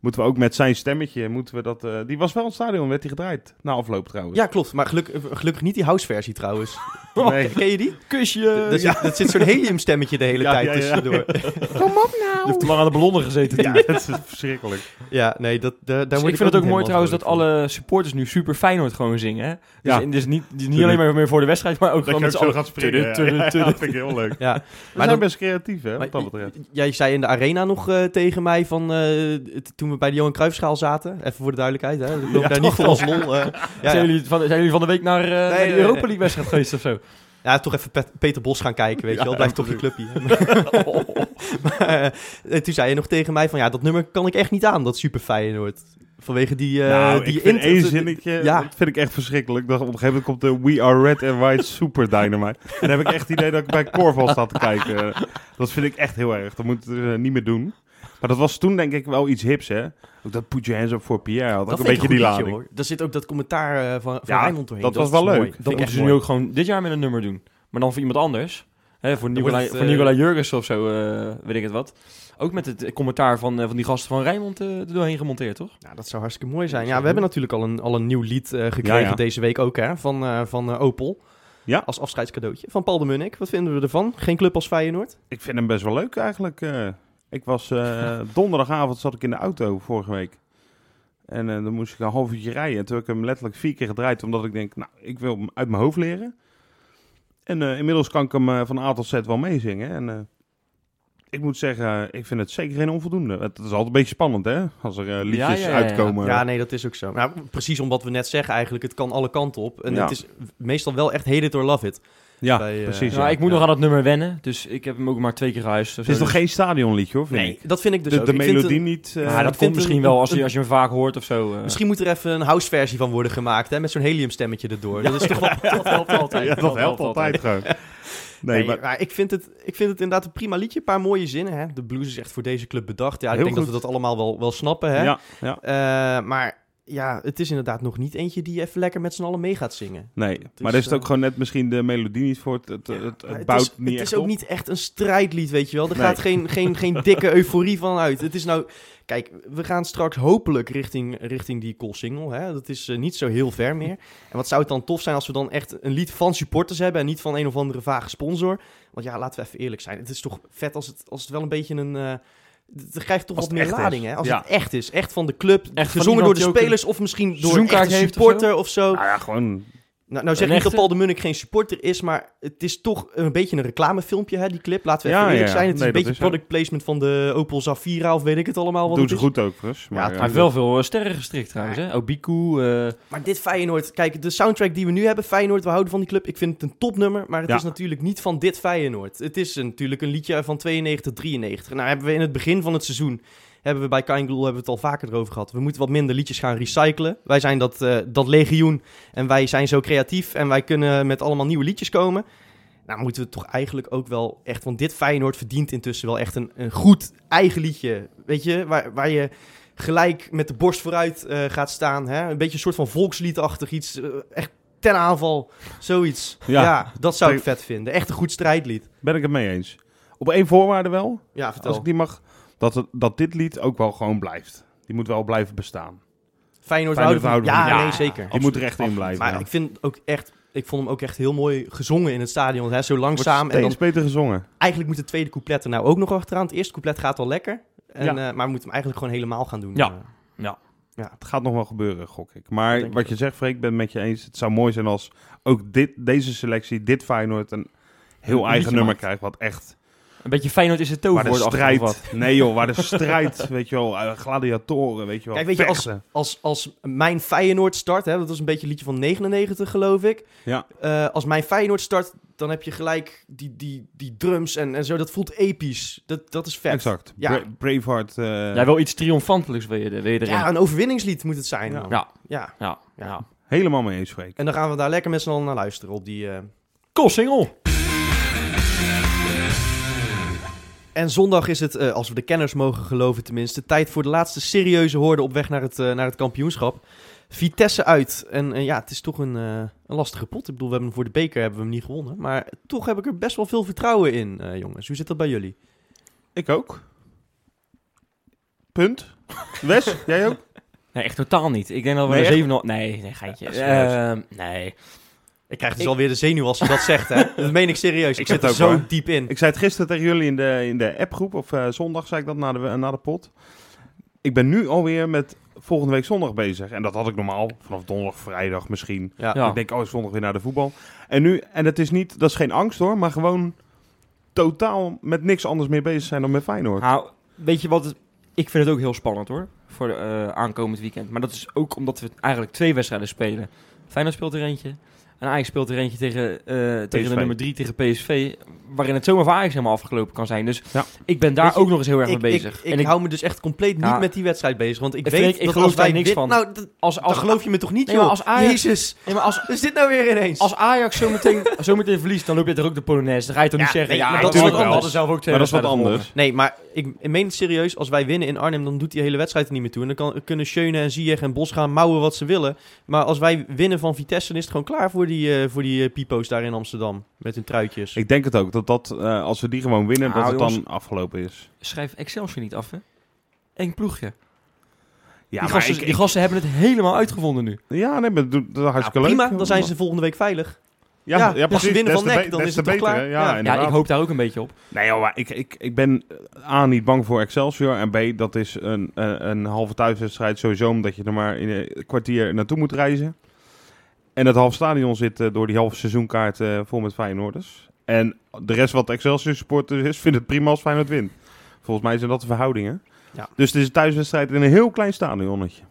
Speaker 1: moeten we ook met zijn stemmetje... Moeten we dat, eh, die was wel in het stadion, werd hij gedraaid. Na afloop trouwens.
Speaker 2: Ja, klopt. Maar geluk- eh, gelukkig niet die house-versie
Speaker 3: (laughs)
Speaker 2: trouwens.
Speaker 1: Nee.
Speaker 2: Ken je die?
Speaker 3: Kusje!
Speaker 2: Dat, zit- dat zit zo'n heliumstemmetje de hele
Speaker 1: Ja,
Speaker 2: tijd
Speaker 1: ja, ja.
Speaker 2: tussendoor.
Speaker 3: (laughs) Je hebt te lang aan de ballonnen gezeten.
Speaker 1: Ja, (laughs) dat is verschrikkelijk.
Speaker 2: Ja, nee, dat, daar daar
Speaker 3: Dus
Speaker 2: word
Speaker 3: ik vind het ook
Speaker 2: niet
Speaker 3: mooi
Speaker 2: helemaal
Speaker 3: trouwens dat
Speaker 2: vrolijk
Speaker 3: alle supporters nu super Feyenoord gewoon zingen. Hè? Dus,
Speaker 1: Ja.
Speaker 3: en dus niet, dus niet
Speaker 1: Tuurlijk.
Speaker 3: alleen maar meer voor de wedstrijd, maar ook
Speaker 1: Dat
Speaker 3: gewoon
Speaker 1: je ook
Speaker 3: met z'n
Speaker 1: zo
Speaker 3: allen.
Speaker 1: gaat springen.
Speaker 3: (laughs)
Speaker 1: ja.
Speaker 3: Tudde, tudde,
Speaker 1: Ja,
Speaker 3: tudde.
Speaker 1: dat vind ik heel leuk.
Speaker 2: van. Ja,
Speaker 1: We
Speaker 2: maar
Speaker 1: zijn
Speaker 2: dan,
Speaker 1: best creatief, hè, wat dat
Speaker 2: maar
Speaker 1: betreft.
Speaker 2: j- jij zei in de arena nog eh, tegen mij van eh, t- toen we bij de Johan Cruijffschaal zaten, even voor de duidelijkheid, hè, we
Speaker 3: (laughs)
Speaker 2: lopen daar niet voor als lol. eh. ja,
Speaker 3: Zijn,
Speaker 2: ja.
Speaker 3: jullie van, zijn jullie van de week naar, eh, naar
Speaker 2: nee,
Speaker 3: de
Speaker 2: nee.
Speaker 3: Europa League wedstrijd
Speaker 2: (laughs)
Speaker 3: geweest of zo?
Speaker 2: Ja, toch even Pet- Peter Bos gaan kijken, weet je wel, blijft toch je clubje. (laughs) maar eh, toen zei je nog tegen mij van ja, dat nummer kan ik echt niet aan, dat super Feyenoord. Vanwege die... eh
Speaker 1: nou,
Speaker 2: die
Speaker 1: ik vind
Speaker 2: int-
Speaker 1: één zinnetje,
Speaker 2: Ja.
Speaker 1: dat vind ik echt verschrikkelijk. Dat op een gegeven moment komt de We Are Red and White Super
Speaker 2: (laughs)
Speaker 1: Dynamite. En dan heb ik echt het idee dat ik bij Corval sta te kijken. Dat vind ik echt heel erg. Dat moet we niet meer doen. Maar dat was toen denk ik wel iets hips, hè? Ook dat Put Your Hands Up voor Pierre had ook
Speaker 2: dat
Speaker 1: een
Speaker 2: vind ik
Speaker 1: beetje die
Speaker 2: goed liedje,
Speaker 1: lading.
Speaker 2: hoor. Daar zit ook dat commentaar eh, van, van
Speaker 1: Ja,
Speaker 2: Rijnmond doorheen.
Speaker 1: dat was wel
Speaker 2: is mooi.
Speaker 1: leuk.
Speaker 2: Vind
Speaker 3: Dat
Speaker 2: ik
Speaker 3: moeten
Speaker 2: echt
Speaker 3: ze nu
Speaker 2: mooi.
Speaker 3: ook gewoon dit jaar met een nummer doen. Maar dan voor iemand anders. Hè, voor
Speaker 2: Dan
Speaker 3: Nicola,
Speaker 2: wordt het,
Speaker 3: voor
Speaker 2: eh,
Speaker 3: Nicola Jurgensen of zo, eh, weet ik het wat. Ook met het eh, commentaar van, eh, van die gasten van Rijnmond eh, er doorheen gemonteerd, toch?
Speaker 2: Nou, dat zou hartstikke mooi zijn.
Speaker 1: Dat zou
Speaker 2: Ja, we hebben natuurlijk al een, al een nieuw lied eh, gekregen
Speaker 1: Ja, ja.
Speaker 2: deze week ook, hè, van, eh, van eh, Opel.
Speaker 1: Ja.
Speaker 2: Als afscheidscadeautje. Van Paul de Munnik. Wat vinden we ervan? Geen club als Feyenoord?
Speaker 1: Ik vind hem best wel leuk eigenlijk. eh. ik was eh, donderdagavond zat ik in de auto vorige week. En eh, dan moest ik een half uurtje rijden. En toen heb ik hem letterlijk vier keer gedraaid. Omdat ik denk, nou, ik wil hem uit mijn hoofd leren. En eh, inmiddels kan ik hem eh, van A tot Z wel meezingen. En eh, ik moet zeggen, eh, ik vind het zeker geen onvoldoende. Het is altijd een beetje spannend, hè? Als er eh, liedjes
Speaker 3: Ja, ja, ja, ja.
Speaker 1: uitkomen.
Speaker 2: Ja, nee, dat is ook zo. Nou, precies om wat we net zeggen eigenlijk. Het kan alle kanten op. En
Speaker 1: Ja.
Speaker 2: het is meestal wel echt hate it or love it.
Speaker 1: Ja,
Speaker 2: Bij, eh,
Speaker 1: precies.
Speaker 3: Nou,
Speaker 1: ja.
Speaker 3: ik moet
Speaker 2: Ja.
Speaker 3: nog aan dat nummer wennen, dus ik heb hem ook maar twee keer gehuist.
Speaker 1: Het is nog geen stadionliedje, hoor, vind ik.
Speaker 2: Dat vind ik dus
Speaker 1: De,
Speaker 2: ook.
Speaker 1: de
Speaker 2: Ik vind
Speaker 1: melodie
Speaker 2: een-
Speaker 1: niet... eh,
Speaker 2: Ja,
Speaker 3: Dus- Maar
Speaker 2: ik
Speaker 3: dat
Speaker 2: vind
Speaker 3: komt misschien
Speaker 2: een-
Speaker 3: wel als je,
Speaker 2: een-
Speaker 3: als je hem vaak hoort of zo.
Speaker 2: (laughs)
Speaker 3: eh.
Speaker 2: Misschien moet er even een house versie van worden gemaakt, hè? Met zo'n heliumstemmetje erdoor. dat is toch
Speaker 3: (laughs)
Speaker 2: wel...
Speaker 3: dat helpt altijd.
Speaker 1: (laughs) ja, dat helpt altijd gewoon.
Speaker 2: Nee,
Speaker 1: Nee, maar
Speaker 2: maar, ik, vind het, ik vind het inderdaad een prima liedje. Een paar mooie zinnen, hè? De blues is echt voor deze club bedacht. Ja, ik
Speaker 1: Heel
Speaker 2: denk dat
Speaker 1: goed.
Speaker 2: we dat allemaal wel, wel snappen, hè?
Speaker 1: Ja, ja.
Speaker 2: Eh, maar ja, het is inderdaad nog niet eentje die even lekker met z'n allen mee gaat zingen.
Speaker 1: Nee, maar
Speaker 2: is,
Speaker 1: daar is het ook
Speaker 2: eh,
Speaker 1: gewoon net misschien de melodie niet voor. Het, het, het, het
Speaker 2: Maar
Speaker 1: bouwt
Speaker 2: is,
Speaker 1: niet
Speaker 2: het
Speaker 1: echt
Speaker 2: is ook
Speaker 1: op.
Speaker 2: niet echt een strijdlied, weet je wel. Er
Speaker 1: Nee.
Speaker 2: gaat geen,
Speaker 1: (laughs)
Speaker 2: geen, geen dikke euforie van uit. Het is nou... Kijk, we gaan straks hopelijk richting, richting die call single. Hè? Dat is eh, niet zo heel ver meer. En wat zou het dan tof zijn als we dan echt een lied van supporters hebben... en niet van een of andere vage sponsor. Want ja, laten we even eerlijk zijn. Het is toch vet als het, als het wel een beetje een... eh, het krijgt toch
Speaker 1: Als
Speaker 2: wat
Speaker 1: het
Speaker 2: meer
Speaker 1: echt
Speaker 2: lading,
Speaker 1: is.
Speaker 2: hè? Als
Speaker 1: Ja.
Speaker 2: het echt is. Echt van de club,
Speaker 3: Echt van
Speaker 2: gezongen door
Speaker 3: iemand
Speaker 2: de
Speaker 3: die ook een
Speaker 2: spelers... of misschien door
Speaker 3: seizoenkaart
Speaker 2: een
Speaker 3: heeft of zo.
Speaker 2: supporter of zo.
Speaker 1: Nou ja, gewoon
Speaker 2: Nou, nou zeg
Speaker 3: Een
Speaker 2: niet dat
Speaker 3: echte?
Speaker 2: Paul de Munnik geen supporter is, maar het is toch een beetje een reclamefilmpje, hè, die clip. Laten we
Speaker 1: Ja,
Speaker 2: even eerlijk
Speaker 1: ja, ja.
Speaker 2: zijn. Het is
Speaker 1: Nee,
Speaker 2: een
Speaker 1: dat
Speaker 2: beetje
Speaker 1: is zo.
Speaker 2: product placement van de Opel Zafira of weet ik het allemaal. Wat
Speaker 1: Doen
Speaker 2: het
Speaker 1: ze
Speaker 2: is.
Speaker 1: goed ook, Frus. Maar,
Speaker 2: Ja,
Speaker 3: Hij heeft wel veel eh, sterren gestrikt trouwens, hè? Obiku, eh
Speaker 2: Maar dit Feyenoord, kijk, de soundtrack die we nu hebben, Feyenoord, we houden van die club. Ik vind het een topnummer, maar het
Speaker 1: Ja.
Speaker 2: is natuurlijk niet van dit Feyenoord. Het is een- natuurlijk een liedje van 92, 93. Nou hebben we in het begin van het seizoen, hebben we bij Kein Gloel, hebben we het al vaker erover gehad. We moeten wat minder liedjes gaan recyclen. Wij zijn dat, eh, dat legioen en wij zijn zo creatief en wij kunnen met allemaal nieuwe liedjes komen. Nou moeten we toch eigenlijk ook wel echt, want dit Feyenoord verdient intussen wel echt een, een goed eigen liedje. Weet je, waar, waar je gelijk met de borst vooruit eh, gaat staan. Hè? Een beetje een soort van volksliedachtig iets. eh, echt ten aanval, zoiets. Ja.
Speaker 1: Ja.
Speaker 2: dat zou ik vet vinden. Echt een goed strijdlied.
Speaker 1: Ben ik het mee eens. Op één voorwaarde wel,
Speaker 2: Ja,
Speaker 1: als
Speaker 2: vertel.
Speaker 1: ik die mag, dat, het- dat dit lied ook wel gewoon blijft. Die moet wel blijven bestaan. Feyenoord
Speaker 2: Feyenoord, houden van...
Speaker 1: houden
Speaker 2: Ja,
Speaker 1: van-
Speaker 2: nee, zeker.
Speaker 1: Die moet er echt in blijven.
Speaker 2: Maar
Speaker 1: ja.
Speaker 2: ik vind ook echt... Ik vond hem ook echt heel mooi gezongen in het stadion. Hè? Zo
Speaker 1: Wordt
Speaker 2: langzaam. En dan,
Speaker 1: steeds beter gezongen.
Speaker 2: eigenlijk moet het tweede couplet er nou ook nog achteraan. Het eerste couplet gaat al lekker. En,
Speaker 1: Ja.
Speaker 2: eh, maar we moeten hem eigenlijk gewoon helemaal gaan doen.
Speaker 3: Ja.
Speaker 2: Eh,
Speaker 1: Het gaat nog wel gebeuren, gok ik. Maar
Speaker 2: denk
Speaker 1: wat je zegt, Freek, ik ben het met je eens. Het zou mooi zijn als ook dit, deze selectie, dit Feyenoord, een heel
Speaker 3: Een
Speaker 1: eigen
Speaker 3: liedje
Speaker 1: nummer
Speaker 3: maakt.
Speaker 1: krijgt. Wat echt,
Speaker 3: een beetje Feyenoord is het
Speaker 1: waar de
Speaker 3: toverwoord achter of wat.
Speaker 1: strijd... Nee joh, waar de strijd, (laughs) weet je wel, eh, gladiatoren, weet je wel.
Speaker 2: Kijk, weet je, als-
Speaker 1: vechten.
Speaker 2: als, als mijn Feyenoord start, hè, dat was een beetje een liedje van 99 geloof ik.
Speaker 1: Ja.
Speaker 2: Eh, als mijn Feyenoord start, dan heb je gelijk die, die, die drums en, en zo. Dat voelt episch. Dat, dat is vet.
Speaker 1: Exact.
Speaker 2: Ja.
Speaker 1: Bra- Braveheart. eh,
Speaker 3: Jij wil iets triomfantelijks wil je, er- wil je erin.
Speaker 2: Ja, een overwinningslied moet het zijn.
Speaker 1: Ja.
Speaker 2: man.
Speaker 3: Ja.
Speaker 2: ja.
Speaker 3: ja.
Speaker 2: Ja.
Speaker 3: ja.
Speaker 1: Helemaal mee eens, Freek.
Speaker 2: En dan gaan we daar lekker met z'n allen naar luisteren op die... eh.
Speaker 3: Cool single.
Speaker 2: En zondag is het, eh, als we de kenners mogen geloven tenminste, tijd voor de laatste serieuze hoorde op weg naar het, eh, naar het kampioenschap. Vitesse uit. En eh, ja, het is toch een, eh, een lastige pot. Ik bedoel, we hebben hem voor de beker hebben we hem niet gewonnen. Maar toch heb ik er best wel veel vertrouwen in, eh, jongens. Hoe zit dat bij jullie?
Speaker 1: Ik ook. Punt. Wes, (laughs) jij ook?
Speaker 3: Nee, echt totaal niet. Ik denk dat we
Speaker 1: Nee,
Speaker 3: een
Speaker 1: echt?
Speaker 3: 7 Nee, nee, geintje.
Speaker 1: Ja, serieus.
Speaker 3: Ehm, nee.
Speaker 2: Ik krijg dus
Speaker 3: Ik-
Speaker 2: alweer de zenuw als je dat zegt, hè? (laughs) Dat meen ik serieus. Ik,
Speaker 1: Ik
Speaker 2: zit
Speaker 1: heb
Speaker 2: er
Speaker 1: het
Speaker 2: zo
Speaker 1: ook, hoor.
Speaker 2: diep in.
Speaker 1: Ik zei het gisteren tegen jullie in de, in de appgroep, of eh, zondag zei ik dat, na de, na de pot. Ik ben nu alweer met volgende week zondag bezig. En dat had ik normaal, vanaf donderdag, vrijdag misschien.
Speaker 2: Ja.
Speaker 3: Ja.
Speaker 1: Ik denk, oh, zondag weer naar de voetbal. En nu, en het is niet, dat is geen angst hoor, maar gewoon totaal met niks anders meer bezig zijn dan met Feyenoord.
Speaker 3: Nou, weet je wat? het- ik vind het ook heel spannend hoor. Voor de, eh, aankomend weekend. Maar dat is ook omdat we eigenlijk twee wedstrijden spelen. Feyenoord speelt er eentje. En Ajax speelt er eentje tegen, eh, tegen de nummer 3 tegen PSV. Waarin het zomaar voor Ajax helemaal afgelopen kan zijn. Dus
Speaker 1: Ja.
Speaker 3: ik ben
Speaker 2: Weet
Speaker 3: daar
Speaker 2: je,
Speaker 3: ook nog eens heel erg mee bezig.
Speaker 2: Ik, ik,
Speaker 3: en ik,
Speaker 2: hou me dus echt compleet niet
Speaker 3: Ja.
Speaker 2: met die wedstrijd bezig. Want ik
Speaker 3: Ik
Speaker 2: weet
Speaker 3: weet- ik
Speaker 2: dat
Speaker 3: geloof
Speaker 2: als wij
Speaker 3: daar niks
Speaker 2: wit-
Speaker 3: van.
Speaker 2: Nou, dat,
Speaker 3: als,
Speaker 2: dan
Speaker 3: als,
Speaker 2: geloof je me toch niet,
Speaker 3: Nee,
Speaker 2: joh?
Speaker 3: maar als Ajax-
Speaker 2: Jezus,
Speaker 3: Nee, maar als,
Speaker 2: wat is dit nou weer ineens?
Speaker 3: als Ajax zo (laughs) meteen, zo meteen verliest, dan loop je er ook de Polonaise. Dan ga je toch
Speaker 2: Ja,
Speaker 3: niet zeggen,
Speaker 2: nee,
Speaker 3: ja,
Speaker 2: maar
Speaker 1: dat is
Speaker 3: hadden-
Speaker 1: wat
Speaker 3: we hadden
Speaker 1: anders.
Speaker 3: zelf ook twee
Speaker 1: maar dat is wat
Speaker 3: wedstrijden
Speaker 1: anders.
Speaker 2: Nee, maar ik, ik meen het serieus. Als wij winnen in Arnhem, dan doet die hele wedstrijd er niet meer toe. En dan kan, kunnen Schöne en Ziyech en Bos gaan mouwen wat ze willen. Maar als wij winnen van Vitesse, dan is het gewoon klaar voor die, eh, voor die eh, pipo's daar in Amsterdam. Met hun truitjes.
Speaker 1: Ik denk het ook, dat, dat eh, als we die gewoon winnen,
Speaker 3: Nou,
Speaker 1: dat het dan
Speaker 3: jongens.
Speaker 1: afgelopen is.
Speaker 3: gewonnen. Schrijf Excelsior niet af, hè. Eén ploegje.
Speaker 1: Ja,
Speaker 3: die, gasten,
Speaker 1: ik-
Speaker 3: die gasten hebben het helemaal uitgevonden nu.
Speaker 1: ja nee, maar dat dat is
Speaker 2: Ja,
Speaker 1: hartstikke leuk.
Speaker 2: prima, dan zijn ze volgende week veilig.
Speaker 1: Ja,
Speaker 2: Ja,
Speaker 1: ja,
Speaker 2: als ze
Speaker 1: precies.
Speaker 2: winnen
Speaker 1: Des
Speaker 2: van
Speaker 1: te
Speaker 2: NEC,
Speaker 1: be-
Speaker 2: dan
Speaker 1: des
Speaker 2: is
Speaker 1: te
Speaker 2: het toch
Speaker 1: beter, hè?
Speaker 2: klaar? Ja,
Speaker 1: Ja, inderdaad.
Speaker 3: Ja, ik hoop daar ook een beetje op.
Speaker 1: Nee, joh, maar ik, ik, ik ben A, niet bang voor Excelsior. En B, dat is een, eh, een, een halve thuiswedstrijd sowieso, omdat je er maar in een kwartier naartoe moet reizen. En het half stadion zit eh, door die halve seizoenkaart eh, vol met Feyenoorders. En de rest wat Excelsior supporters is, vindt het prima als Feyenoord wint. Volgens mij zijn dat de verhoudingen.
Speaker 2: Ja.
Speaker 1: Dus het is een thuiswedstrijd in een heel klein stadionnetje.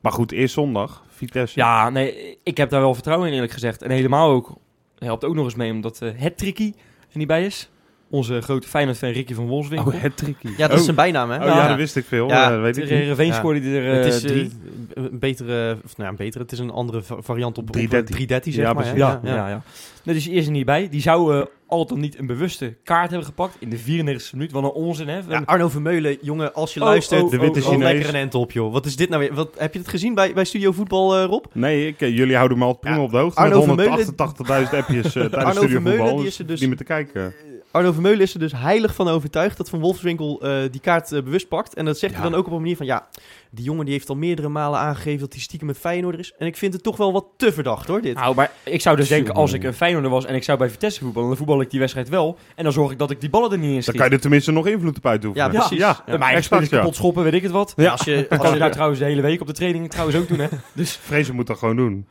Speaker 1: Maar goed, eerst zondag, Vitesse.
Speaker 3: Ja, nee, ik heb daar wel vertrouwen in eerlijk gezegd. En helemaal ook, helpt ook nog eens mee omdat eh het tricky er niet bij is. Onze grote Feyenoord-fan Ricky van Wolfswinkel.
Speaker 1: Oh, het tricky.
Speaker 2: Ja, dat is zijn bijnaam, hè?
Speaker 1: Oh ja,
Speaker 3: Ja.
Speaker 1: dat wist ik veel.
Speaker 2: Ja,
Speaker 1: Ja, weet ik
Speaker 3: Tegen
Speaker 1: niet.
Speaker 3: Heerenveen
Speaker 2: Ja.
Speaker 3: scoorde hij er eh,
Speaker 2: het is eh,
Speaker 3: drie.
Speaker 2: een betere, of, nou ja, een betere, het is een andere va- variant op op
Speaker 1: 313.
Speaker 2: 313, zeg
Speaker 1: Ja,
Speaker 2: maar. hè?
Speaker 1: precies.
Speaker 3: ja, ja, ja. Nee, dus die is er niet bij. Die zou eh, al dan niet een bewuste kaart hebben gepakt in de 94e minuut. Wat een onzin, hè?
Speaker 2: Ja, Arno Vermeulen, jongen, als je
Speaker 3: Oh,
Speaker 2: luistert,
Speaker 3: oh,
Speaker 1: De witte
Speaker 2: gewoon
Speaker 1: Chinees.
Speaker 2: lekker een end op, joh. Wat is dit nou weer? Wat, heb je het gezien bij, bij Studio Voetbal, eh, Rob?
Speaker 1: Nee, ik, eh, jullie houden me altijd prima
Speaker 2: Ja,
Speaker 1: op de hoogte.
Speaker 2: Arno
Speaker 1: met 188.000
Speaker 2: (laughs)
Speaker 1: appjes eh tijdens
Speaker 2: Arno
Speaker 1: Studio
Speaker 2: Vermeulen,
Speaker 1: Voetbal.
Speaker 2: die
Speaker 1: dus
Speaker 2: is er dus-
Speaker 1: Niet meer te kijken.
Speaker 2: Arno Vermeulen is er dus heilig van overtuigd dat Van Wolfswinkel eh, die kaart eh, bewust pakt. En dat zegt hij
Speaker 1: Ja.
Speaker 2: dan ook op een manier van, ja, die jongen die heeft al meerdere malen aangegeven dat hij stiekem een Feyenoorder is. En ik vind het toch wel wat te verdacht, hoor, dit.
Speaker 3: Nou, maar ik zou dus
Speaker 1: Tjonge.
Speaker 3: denken, als ik een Feyenoorder was en ik zou bij Vitesse voetballen, dan voetbal ik die wedstrijd wel. En dan zorg ik dat ik die ballen er niet in
Speaker 1: Dan
Speaker 3: schiet.
Speaker 1: kan je er tenminste nog invloed op uitoefenen.
Speaker 2: Ja, precies.
Speaker 1: Ja,
Speaker 3: Bij mij
Speaker 1: exact,
Speaker 3: spelen
Speaker 1: ja.
Speaker 3: kapot schoppen, weet ik het wat.
Speaker 1: Ja.
Speaker 3: (laughs)
Speaker 2: als je,
Speaker 3: Dat
Speaker 2: als
Speaker 3: kan
Speaker 2: je
Speaker 3: ik nou trouwens de hele week op de training trouwens ook doen, hè. Dus
Speaker 1: (laughs) Vrezen moet dat gewoon doen.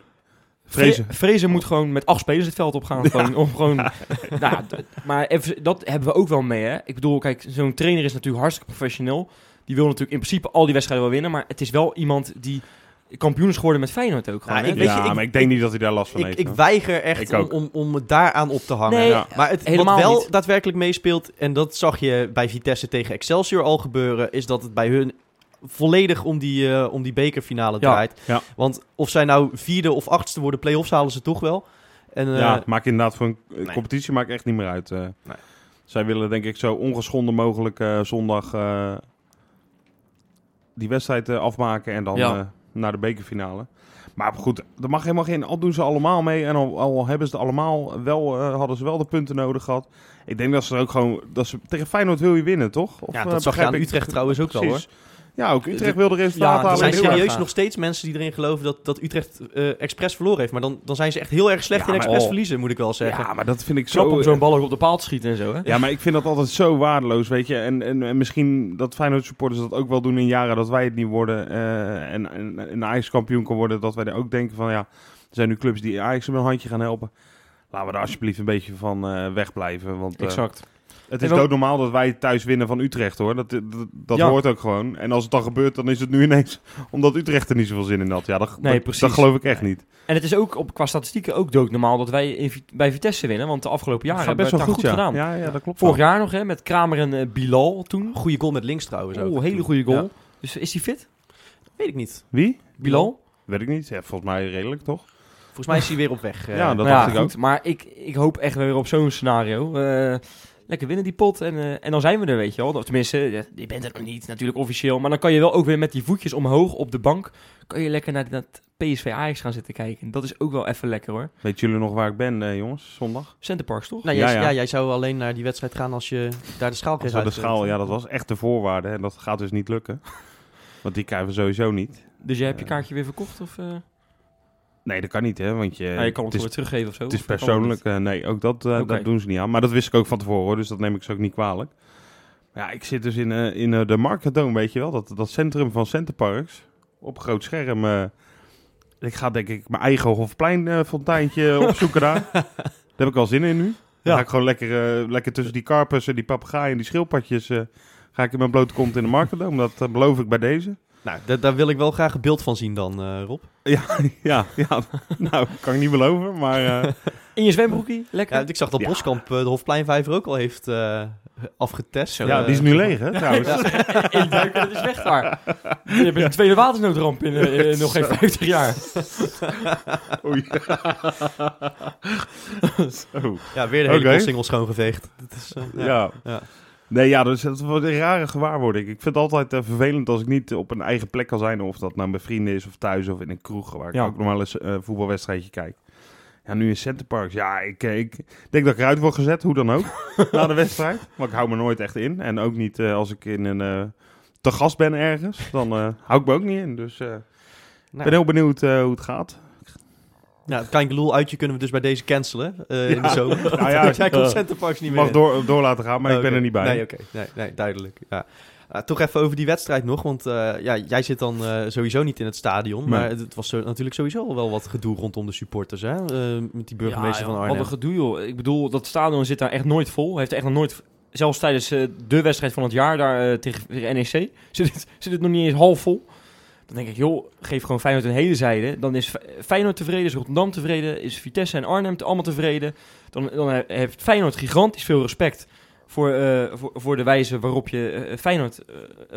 Speaker 1: Vrezen.
Speaker 3: Vre- Vrezen moet gewoon met acht spelers het veld opgaan. Gewoon, om
Speaker 1: (laughs)
Speaker 3: gewoon, nou, ja, d- maar even, dat hebben we ook wel mee. Hè? Ik bedoel, kijk, zo'n trainer is natuurlijk hartstikke professioneel. Die wil natuurlijk in principe al die wedstrijden wel winnen. Maar het is wel iemand die kampioen is geworden met Feyenoord ook. Gewoon,
Speaker 2: Nou,
Speaker 3: hè?
Speaker 2: Weet je,
Speaker 1: ja,
Speaker 2: ik-
Speaker 1: maar ik denk niet dat hij daar last van
Speaker 2: Ik,
Speaker 1: heeft.
Speaker 2: ik
Speaker 1: hoor.
Speaker 2: weiger echt
Speaker 1: Ik
Speaker 2: om,
Speaker 1: ook.
Speaker 2: om, om me daaraan op te hangen.
Speaker 3: Nee,
Speaker 1: Ja.
Speaker 2: Maar het, wat
Speaker 3: Helemaal
Speaker 2: wel
Speaker 3: niet.
Speaker 2: daadwerkelijk meespeelt, en dat zag je bij Vitesse tegen Excelsior al gebeuren, is dat het bij hun volledig om die, eh, om die bekerfinale
Speaker 3: Ja,
Speaker 2: draait.
Speaker 1: ja.
Speaker 2: Want of zij nou vierde of achtste worden, play-offs halen ze toch wel. En, eh,
Speaker 1: ja, maakt inderdaad voor een eh,
Speaker 2: nee.
Speaker 1: competitie maakt echt niet meer uit. eh.
Speaker 2: Nee.
Speaker 1: Zij willen denk ik zo ongeschonden mogelijk eh, zondag eh, die wedstrijd eh, afmaken en dan
Speaker 3: Ja.
Speaker 1: eh, naar de bekerfinale. Maar goed, er mag helemaal geen... Al doen ze allemaal mee en al, al hebben ze het allemaal wel, eh, hadden ze wel de punten nodig gehad. Ik denk dat ze er ook gewoon... Dat ze, tegen Feyenoord wil je winnen, toch? Of,
Speaker 2: ja,
Speaker 1: eh,
Speaker 2: dat zag je
Speaker 1: begrijp
Speaker 2: aan
Speaker 1: ik-
Speaker 2: Utrecht trouwens ook wel hoor.
Speaker 1: Precies. Ja, ook Utrecht wil de
Speaker 3: Ja,
Speaker 1: resultaten
Speaker 3: dat
Speaker 1: halen.
Speaker 2: Er zijn
Speaker 3: heel erg
Speaker 2: serieus
Speaker 3: graag.
Speaker 2: nog steeds mensen die erin geloven dat, dat Utrecht eh expres verloren heeft. Maar dan, dan zijn ze echt heel erg slecht
Speaker 1: Ja,
Speaker 2: in
Speaker 1: maar-
Speaker 2: expres
Speaker 1: oh.
Speaker 2: verliezen, moet ik wel zeggen.
Speaker 1: Ja, maar dat vind ik
Speaker 3: Knap
Speaker 1: zo... eh,
Speaker 3: om zo'n bal ook op de paal te schieten en zo. Hè?
Speaker 1: Ja, maar ik vind dat altijd zo waardeloos, weet je. En, en, en misschien dat Feyenoord supporters dat ook wel doen in jaren dat wij het niet worden. eh, en, en, en Ajax kampioen kan worden. Dat wij er ook denken van, ja, er zijn nu clubs die Ajax met een handje gaan helpen. Laten we daar alsjeblieft een beetje van eh, wegblijven. Want eh,
Speaker 3: Exact.
Speaker 1: het is
Speaker 3: En ook-
Speaker 1: doodnormaal dat wij thuis winnen van Utrecht, hoor. Dat, dat, dat
Speaker 3: Ja.
Speaker 1: hoort ook gewoon. En als het dan gebeurt, dan is het nu ineens (laughs) omdat Utrecht er niet zoveel zin in had. Ja, dat,
Speaker 3: Nee,
Speaker 1: dat-
Speaker 3: precies.
Speaker 1: dat geloof ik echt niet.
Speaker 3: En het is ook op, qua statistieken ook doodnormaal dat wij in Vi- bij Vitesse winnen. Want de afgelopen jaren
Speaker 1: Het
Speaker 3: hebben we het daar goed,
Speaker 1: ja.
Speaker 3: gedaan.
Speaker 1: Ja, ja, dat klopt.
Speaker 3: Vorig
Speaker 1: wel.
Speaker 3: jaar nog hè, met Kramer en eh, Bilal toen.
Speaker 2: Goede goal met links trouwens ook.
Speaker 3: Oh, hele goede goal.
Speaker 2: Ja.
Speaker 3: Dus is die fit?
Speaker 2: Weet ik niet.
Speaker 1: Wie?
Speaker 3: Bilal?
Speaker 1: Weet ik niet. Ja, volgens mij redelijk, toch?
Speaker 2: Volgens mij is hij weer op weg. eh.
Speaker 1: Ja, dat
Speaker 3: Nou
Speaker 1: dacht ik ook.
Speaker 3: goed, Maar ik, ik hoop echt weer op zo'n scenario. Eh, lekker winnen die pot en, eh, en dan zijn we er, weet je wel. Of tenminste, ja, je bent er nog niet natuurlijk officieel. Maar dan kan je wel ook weer met die voetjes omhoog op de bank... kan je lekker naar dat PSV Ajax gaan zitten kijken. Dat is ook wel even lekker hoor.
Speaker 1: Weet jullie nog waar ik ben, eh, jongens? Zondag?
Speaker 3: Centerparks toch?
Speaker 2: Nou, jij, ja,
Speaker 1: Ja, ja.
Speaker 2: jij zou alleen naar die wedstrijd gaan als je daar de schaal
Speaker 1: Als
Speaker 2: kreeg
Speaker 1: we de
Speaker 2: uitgedeeld.
Speaker 1: schaal, ja, dat was echt de voorwaarde. En dat gaat dus niet
Speaker 3: (laughs)
Speaker 1: lukken. Want die krijgen we sowieso niet.
Speaker 3: Dus jij hebt je
Speaker 1: Eh.
Speaker 3: kaartje weer verkocht? Of, eh?
Speaker 1: Nee, dat kan niet, hè? Want je,
Speaker 3: nou, je kan het,
Speaker 1: Eh, het,
Speaker 3: weer
Speaker 1: is,
Speaker 3: teruggeven of zo.
Speaker 1: het is
Speaker 3: Of kan dat
Speaker 1: persoonlijk. eh, nee, ook dat, eh,
Speaker 3: Oké.
Speaker 1: dat doen ze niet aan. Maar dat wist ik ook van tevoren, hoor. Dus dat neem ik ze ook niet kwalijk. Maar ja, ik zit dus in, eh, in eh, de Marketdome, weet je wel. Dat, dat centrum van Centerparks. Op groot scherm. eh. ik ga denk ik mijn eigen Hofpleinfonteintje opzoeken daar. Daar heb ik wel zin in nu. Dan
Speaker 2: Ja.
Speaker 1: ga ik gewoon lekker, eh, lekker tussen die karpers en die papegaaien en die schildpadjes... eh, ga ik in mijn blote kont in de Marketdome. Dat eh, beloof ik bij deze.
Speaker 2: Nou, da- daar wil ik wel graag een beeld van zien dan, eh, Rob.
Speaker 1: Ja, ja, (laughs) ja. nou, kan ik niet beloven, maar... eh,
Speaker 3: In je zwembroekie? Lekker.
Speaker 2: Ja,
Speaker 3: (laughs)
Speaker 2: ik zag dat
Speaker 1: Ja.
Speaker 2: Boskamp eh, de Hofpleinvijver ook al heeft eh, afgetest.
Speaker 1: ja,
Speaker 2: Eh,
Speaker 1: die is nu leeg, hè, trouwens.
Speaker 3: (laughs) in duiken, dat is weg daar. Je hebt een tweede watersnoodramp in, eh, eh, nog geen 50 jaar.
Speaker 1: Oei.
Speaker 2: (laughs)
Speaker 1: Zo,
Speaker 2: Ja, weer de hele
Speaker 1: Oké.
Speaker 2: okay. single schoongeveegd. Dat is, eh, ja.
Speaker 1: ja.
Speaker 2: Ja.
Speaker 1: Nee, ja, dus dat wordt een rare gewaarwording. Ik vind het altijd eh, vervelend als ik niet op een eigen plek kan zijn. Of dat nou bij vrienden is, of thuis, of in een kroeg. Waar
Speaker 3: Ja.
Speaker 1: ik ook normaal eens een voetbalwedstrijdje kijk. Ja, nu in Centerparks. Ja, ik, eh, ik denk dat ik eruit word gezet, hoe dan
Speaker 2: (laughs)
Speaker 1: ook. na de wedstrijd. Maar ik hou me nooit echt in. En ook niet eh, als ik in een... eh, te gast ben ergens, dan
Speaker 2: (laughs)
Speaker 1: eh, hou ik me ook niet in. Dus eh, ik ben
Speaker 2: Nou,
Speaker 1: heel benieuwd eh, hoe het gaat.
Speaker 2: nou, het Klein Geloel uitje kunnen we dus bij deze cancelen eh, in de
Speaker 1: Ja.
Speaker 2: zomer.
Speaker 1: Nou
Speaker 2: (laughs)
Speaker 1: ja,
Speaker 2: Jij komt
Speaker 1: eh,
Speaker 2: Centerparks niet
Speaker 1: Je
Speaker 2: meer
Speaker 1: mag
Speaker 2: in.
Speaker 1: door, door laten gaan, maar
Speaker 2: Oh,
Speaker 1: ik ben
Speaker 2: oké.
Speaker 1: er niet bij.
Speaker 2: Nee, oké. Nee, nee, duidelijk. Ja. Ah, toch even over die wedstrijd nog, want eh, ja, jij zit dan eh, sowieso niet in het stadion.
Speaker 1: Nee.
Speaker 2: Maar het- het was zo- natuurlijk sowieso al wel wat gedoe rondom de supporters, hè? eh, met die burgemeester
Speaker 3: Ja,
Speaker 2: van
Speaker 3: joh,
Speaker 2: Arnhem.
Speaker 3: Wat een gedoe, joh. Ik bedoel, dat stadion zit daar echt nooit vol. Heeft echt nog nooit, zelfs tijdens eh, de wedstrijd van het jaar daar eh, tegen tegen NEC, (laughs) zit het, zit het nog niet eens half vol. Dan denk ik, joh, geef gewoon Feyenoord een hele zijde. Dan is Fe- Feyenoord tevreden, is Rotterdam tevreden, is Vitesse en Arnhem te- allemaal tevreden. Dan, dan he- heeft Feyenoord gigantisch veel respect voor, eh, voor, voor de wijze waarop je eh, Feyenoord, eh,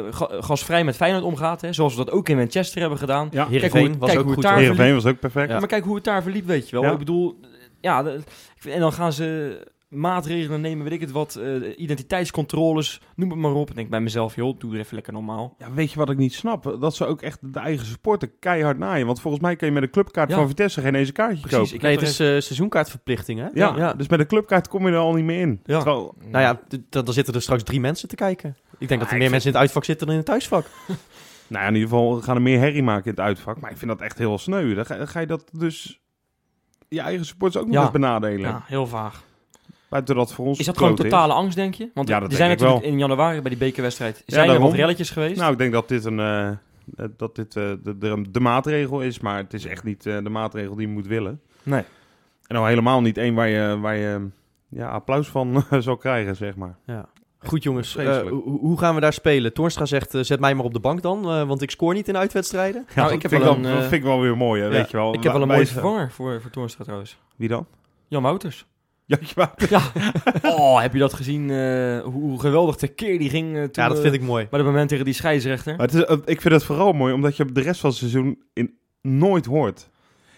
Speaker 3: eh, ga- gasvrij met Feyenoord omgaat. Hè? Zoals we dat ook in Manchester hebben gedaan.
Speaker 1: Ja.
Speaker 2: Heerenveen
Speaker 3: Kijk hoe-
Speaker 2: was
Speaker 3: kijk
Speaker 2: ook
Speaker 3: hoe
Speaker 2: goed.
Speaker 3: het daar-
Speaker 2: hoor.
Speaker 1: Heerenveen was ook perfect.
Speaker 2: Ja.
Speaker 1: Ja.
Speaker 3: Maar kijk hoe het daar verliep, weet je wel.
Speaker 1: Ja.
Speaker 3: Ik bedoel, ja, de- ik vind- en dan gaan ze maatregelen nemen, weet ik het wat, eh, identiteitscontroles, noem het maar op. Ik denk bij mezelf, joh, doe het even lekker normaal.
Speaker 1: weet je wat ik niet snap? Dat ze ook echt de eigen supporter keihard naaien. Want volgens mij kun je met een clubkaart
Speaker 3: Ja.
Speaker 1: van Vitesse geen eens een kaartje
Speaker 3: Precies,
Speaker 1: kopen.
Speaker 3: ik
Speaker 2: nee,
Speaker 3: heb
Speaker 2: het is
Speaker 3: er-
Speaker 2: eh, seizoenkaartverplichting, hè?
Speaker 1: Ja, dus met een clubkaart kom je er al niet meer in.
Speaker 3: Ja.
Speaker 1: Terwijl-
Speaker 2: Nou ja, d- d- dan zitten er straks drie mensen te kijken. Ik denk dat er
Speaker 1: ik
Speaker 2: meer
Speaker 1: vind-
Speaker 2: mensen in het uitvak zitten dan in het thuisvak.
Speaker 1: nou ja, in ieder geval gaan er meer herrie maken in het uitvak. Maar ik vind dat echt heel sneu. Dan ga, dan ga je dat dus je eigen supporters ook nog
Speaker 3: Ja.
Speaker 1: eens benadelen.
Speaker 3: ja, heel vaag.
Speaker 1: Buiten dat voor ons
Speaker 3: Is dat
Speaker 1: kloot
Speaker 3: gewoon totale angst, denk je? Want
Speaker 1: Ja,
Speaker 3: er
Speaker 1: dat
Speaker 3: zijn
Speaker 1: denk ik
Speaker 3: natuurlijk in januari bij die bekerwedstrijd, zijn er wat
Speaker 1: daarom.
Speaker 3: relletjes geweest.
Speaker 1: Nou, ik denk Nou, dat dit een, eh, eh, dat dit eh, de, de, de maatregel is, maar het is echt niet eh, de maatregel die je moet willen.
Speaker 3: Nee.
Speaker 1: En al helemaal niet één waar je, waar je ja, applaus van (laughs) eh, zal krijgen, zeg maar.
Speaker 2: Ja. Goed jongens, eh,
Speaker 1: Vreselijk.
Speaker 2: hoe hoe gaan we daar spelen? Toornstra zegt, eh, zet mij maar op de bank dan, eh, want ik scoor niet in uitwedstrijden.
Speaker 1: Ja,
Speaker 3: Nou,
Speaker 1: dat
Speaker 3: ik heb
Speaker 1: vind
Speaker 3: wel
Speaker 1: ik
Speaker 3: een,
Speaker 1: dat
Speaker 3: eh,
Speaker 1: vind ik wel weer mooi, hè,
Speaker 2: ja,
Speaker 1: weet je wel.
Speaker 3: Ik heb wel een
Speaker 1: Wij-
Speaker 3: mooie
Speaker 1: wij-
Speaker 3: vervanger voor, voor Toornstra trouwens.
Speaker 1: Wie dan? (laughs)
Speaker 3: Jan (laughs) Wouters.
Speaker 1: Jantje Wouter.
Speaker 3: Ja. Oh, heb je dat gezien? eh, hoe, hoe geweldig tekeer die ging eh, toen,
Speaker 2: Ja, dat vind ik mooi.
Speaker 3: Bij het moment tegen die scheidsrechter.
Speaker 1: Maar het is, eh, ik vind het vooral mooi, omdat je de rest van het seizoen in, nooit hoort.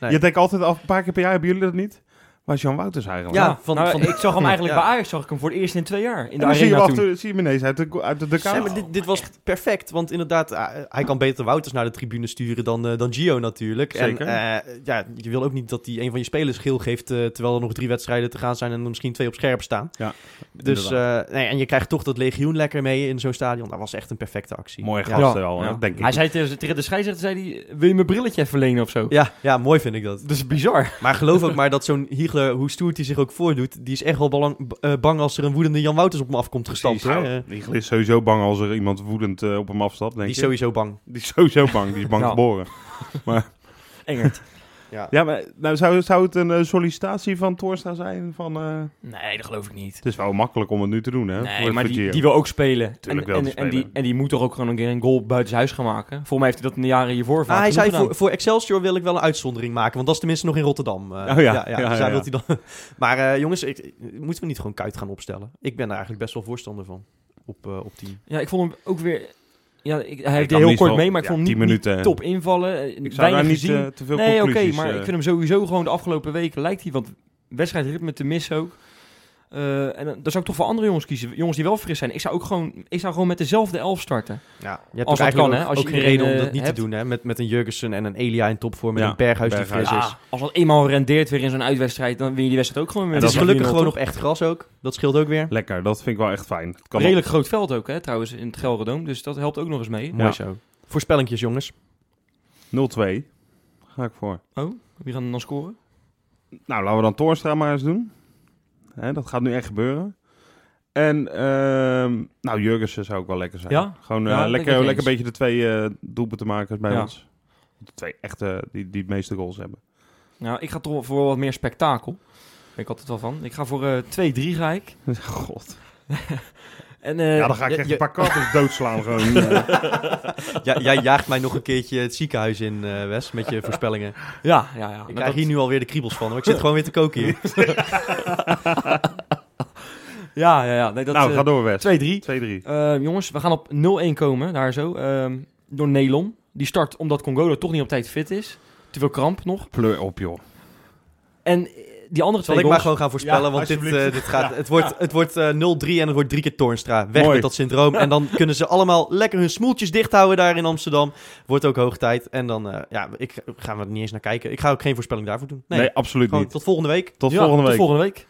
Speaker 2: Nee.
Speaker 1: Je denkt altijd af, een paar keer per jaar, hebben jullie dat niet? Waar is Jan Wouters eigenlijk?
Speaker 2: Ja, van-
Speaker 3: nou,
Speaker 2: van-
Speaker 3: ik zag hem eigenlijk
Speaker 2: Ja.
Speaker 3: bij Ajax zag ik hem voor het eerst in twee jaar. In
Speaker 1: En
Speaker 3: de
Speaker 1: dan zie je,
Speaker 3: arena
Speaker 1: hem af
Speaker 3: toen.
Speaker 1: en toe- zie je hem ineens uit de, uit de, de
Speaker 2: Ja,
Speaker 1: kamer.
Speaker 2: maar dit, dit was perfect, want inderdaad, eh, hij kan beter Wouters naar de tribune sturen dan, eh, dan Gio natuurlijk.
Speaker 1: Zeker.
Speaker 2: En eh, ja, je wil ook niet dat hij een van je spelers geel geeft, eh, terwijl er nog drie wedstrijden te gaan zijn en er misschien twee op scherp staan.
Speaker 1: Ja,
Speaker 2: dus, eh, nee, en je krijgt toch dat legioen lekker mee in zo'n stadion. Dat was echt een perfecte actie.
Speaker 1: Mooi
Speaker 2: ja.
Speaker 1: gast
Speaker 3: Ja.
Speaker 1: wel, hè,
Speaker 3: Ja.
Speaker 1: denk ik.
Speaker 3: Hij zei tegen tegen de scheidsrechter, zei hij, wil je mijn brilletje even lenen of zo?
Speaker 2: Ja, ja, mooi vind ik dat.
Speaker 3: Dat is bizar.
Speaker 2: (laughs) Maar geloof ook maar dat zo'n Hiegler, hoe stoer hij zich ook voordoet, die is echt wel belang- b- eh, bang als er een woedende Jan Wouters op hem afkomt gestampt.
Speaker 1: Precies,
Speaker 2: Hè?
Speaker 1: nou,
Speaker 2: Eh,
Speaker 1: Nigel is sowieso bang als er iemand woedend eh, op hem afstapt, denk
Speaker 2: die is
Speaker 1: ik.
Speaker 2: sowieso bang.
Speaker 1: Die is sowieso bang, die is (laughs) bang
Speaker 3: Ja.
Speaker 1: geboren.
Speaker 3: Engert.
Speaker 1: Ja, maar nou, zou, zou het een eh, sollicitatie van Torsta zijn? Van, eh,
Speaker 3: Nee, dat geloof ik niet.
Speaker 1: het is wel makkelijk om het nu te doen, hè?
Speaker 3: Nee,
Speaker 1: voor-
Speaker 3: maar
Speaker 1: voor
Speaker 3: die,
Speaker 1: Gio.
Speaker 3: die wil ook spelen.
Speaker 1: Tuurlijk
Speaker 3: en,
Speaker 1: wil
Speaker 3: en,
Speaker 1: die
Speaker 3: en die,
Speaker 1: spelen.
Speaker 3: en die moet toch ook gewoon een keer een goal buiten zijn huis gaan maken. Volgens mij heeft hij dat in de jaren hiervoor vaak
Speaker 2: Ah, hij
Speaker 3: genoeg
Speaker 2: zei,
Speaker 3: gedaan.
Speaker 2: voor, voor Excelsior wil ik wel een uitzondering maken, want dat is tenminste nog in Rotterdam. Eh,
Speaker 1: Oh ja. Ja,
Speaker 2: ja,
Speaker 1: ja,
Speaker 2: dus daar
Speaker 1: ja.
Speaker 2: wil hij dan... (laughs) Maar eh, jongens, ik, ik- moeten we niet gewoon Kuit gaan opstellen? Ik ben daar eigenlijk best wel voorstander van, op, eh op team.
Speaker 3: Ja, ik vond hem ook weer... Ja, ik, hij
Speaker 1: Ik
Speaker 3: heeft
Speaker 1: nam
Speaker 3: heel
Speaker 1: niet
Speaker 3: kort
Speaker 1: wel-
Speaker 3: mee, maar ik
Speaker 1: ja,
Speaker 3: vond hem
Speaker 1: 10
Speaker 3: niet,
Speaker 1: minuten,
Speaker 3: niet
Speaker 1: hè.
Speaker 3: top invallen. eh,
Speaker 1: Ik zou
Speaker 3: weinig
Speaker 1: daar niet
Speaker 3: gezien.
Speaker 1: eh, te veel
Speaker 3: nee, oké,
Speaker 1: conclusies...
Speaker 3: maar
Speaker 1: eh,
Speaker 3: ik vind hem sowieso gewoon de afgelopen weken lijkt hij wat wedstrijdritme te missen ook. Eh, en dan dan zou ik toch voor andere jongens kiezen. Jongens die wel fris zijn. Ik zou ook gewoon, ik zou gewoon met dezelfde elf starten.
Speaker 2: Ja, je hebt
Speaker 3: Als
Speaker 2: ook
Speaker 3: dat
Speaker 2: eigenlijk
Speaker 3: kan, hè,
Speaker 2: ook-
Speaker 3: als je
Speaker 2: ook geen
Speaker 3: iedereen,
Speaker 2: reden om
Speaker 3: eh,
Speaker 2: dat niet
Speaker 3: hebt.
Speaker 2: te doen, hè? Met, met een Jurgensen en een Elia in topvorm en
Speaker 1: Ja,
Speaker 2: een Berghuis,
Speaker 1: Berghuis. Ah,
Speaker 2: die fris is.
Speaker 3: Ja, Ah, als dat eenmaal rendeert weer in zo'n uitwedstrijd, dan win je die wedstrijd ook gewoon weer.
Speaker 2: Het
Speaker 3: met
Speaker 2: is gelukkig
Speaker 3: 3-0,
Speaker 2: gewoon
Speaker 3: toch?
Speaker 2: nog echt gras ook, dat scheelt ook weer.
Speaker 1: Lekker, dat vind ik wel echt fijn. Het kan
Speaker 3: redelijk groot veld ook, hè, trouwens, in het Gelredome. Dus dat helpt ook nog eens mee.
Speaker 2: Mooi zo. Voorspellingjes, jongens.
Speaker 1: op 0-2. Ga ik voor.
Speaker 3: Oh, wie gaan er dan scoren?
Speaker 1: Nou, laten we dan Toornstra maar eens doen. Hè, dat gaat nu echt gebeuren. En, ehm, nou, Jurgensen zou ook wel lekker zijn.
Speaker 3: Ja?
Speaker 1: Gewoon
Speaker 3: Ja,
Speaker 1: eh,
Speaker 3: ben ik
Speaker 1: lekker,
Speaker 3: het
Speaker 1: lekker
Speaker 3: eens.
Speaker 1: beetje de twee eh, doelpuntenmakers bij
Speaker 3: Ja.
Speaker 1: ons. De twee echte, die, die het meeste goals hebben.
Speaker 3: (laughs) Nou, ik ga toch wel voor wat meer spektakel. Daar ben ik altijd wel van. Ik ga voor eh 2-3 ga ik.
Speaker 1: God.
Speaker 3: En, eh,
Speaker 1: Ja, dan ga ik
Speaker 2: je-
Speaker 1: echt
Speaker 2: je-
Speaker 1: een paar karpers doodslaan gewoon. eh.
Speaker 2: Ja, jij jaagt mij nog een keertje het ziekenhuis in, eh, Wes, met je voorspellingen.
Speaker 3: ja, ja, ja.
Speaker 2: Ik
Speaker 3: Nou, dat-
Speaker 2: krijg hier nu alweer de kriebels van, maar ik zit gewoon weer te (laughs) koken hier.
Speaker 3: Ja, ja, ja. Nee, dat,
Speaker 1: nou,
Speaker 3: eh,
Speaker 1: ga door West.
Speaker 3: 2-3.
Speaker 1: 2-3.
Speaker 3: Eh, jongens, we gaan op 0-1 komen, daar zo. ehm, door Nelon. Die start omdat Congolo toch niet op tijd fit is. Te veel kramp nog.
Speaker 1: Pleur op, joh.
Speaker 3: En eh, die andere twee
Speaker 2: Zal ik maar
Speaker 3: goals...
Speaker 2: gewoon gaan voorspellen,
Speaker 1: Ja,
Speaker 2: want dit,
Speaker 1: alsjeblieft.
Speaker 2: eh, dit gaat, het wordt, het wordt eh, 0-3 en het wordt drie keer Toornstra. Weg
Speaker 1: Mooi.
Speaker 2: met dat syndroom. En
Speaker 1: (laughs)
Speaker 2: dan kunnen ze allemaal lekker hun smoeltjes dicht houden daar in Amsterdam. Wordt ook hoog tijd. En dan eh, ja, ik, gaan we er niet eens naar kijken. Ik ga ook geen voorspelling daarvoor doen. Nee,
Speaker 1: Nee, absoluut
Speaker 2: gewoon
Speaker 1: niet.
Speaker 2: tot volgende week.
Speaker 1: Tot
Speaker 3: Ja,
Speaker 1: volgende week.
Speaker 3: Tot volgende week.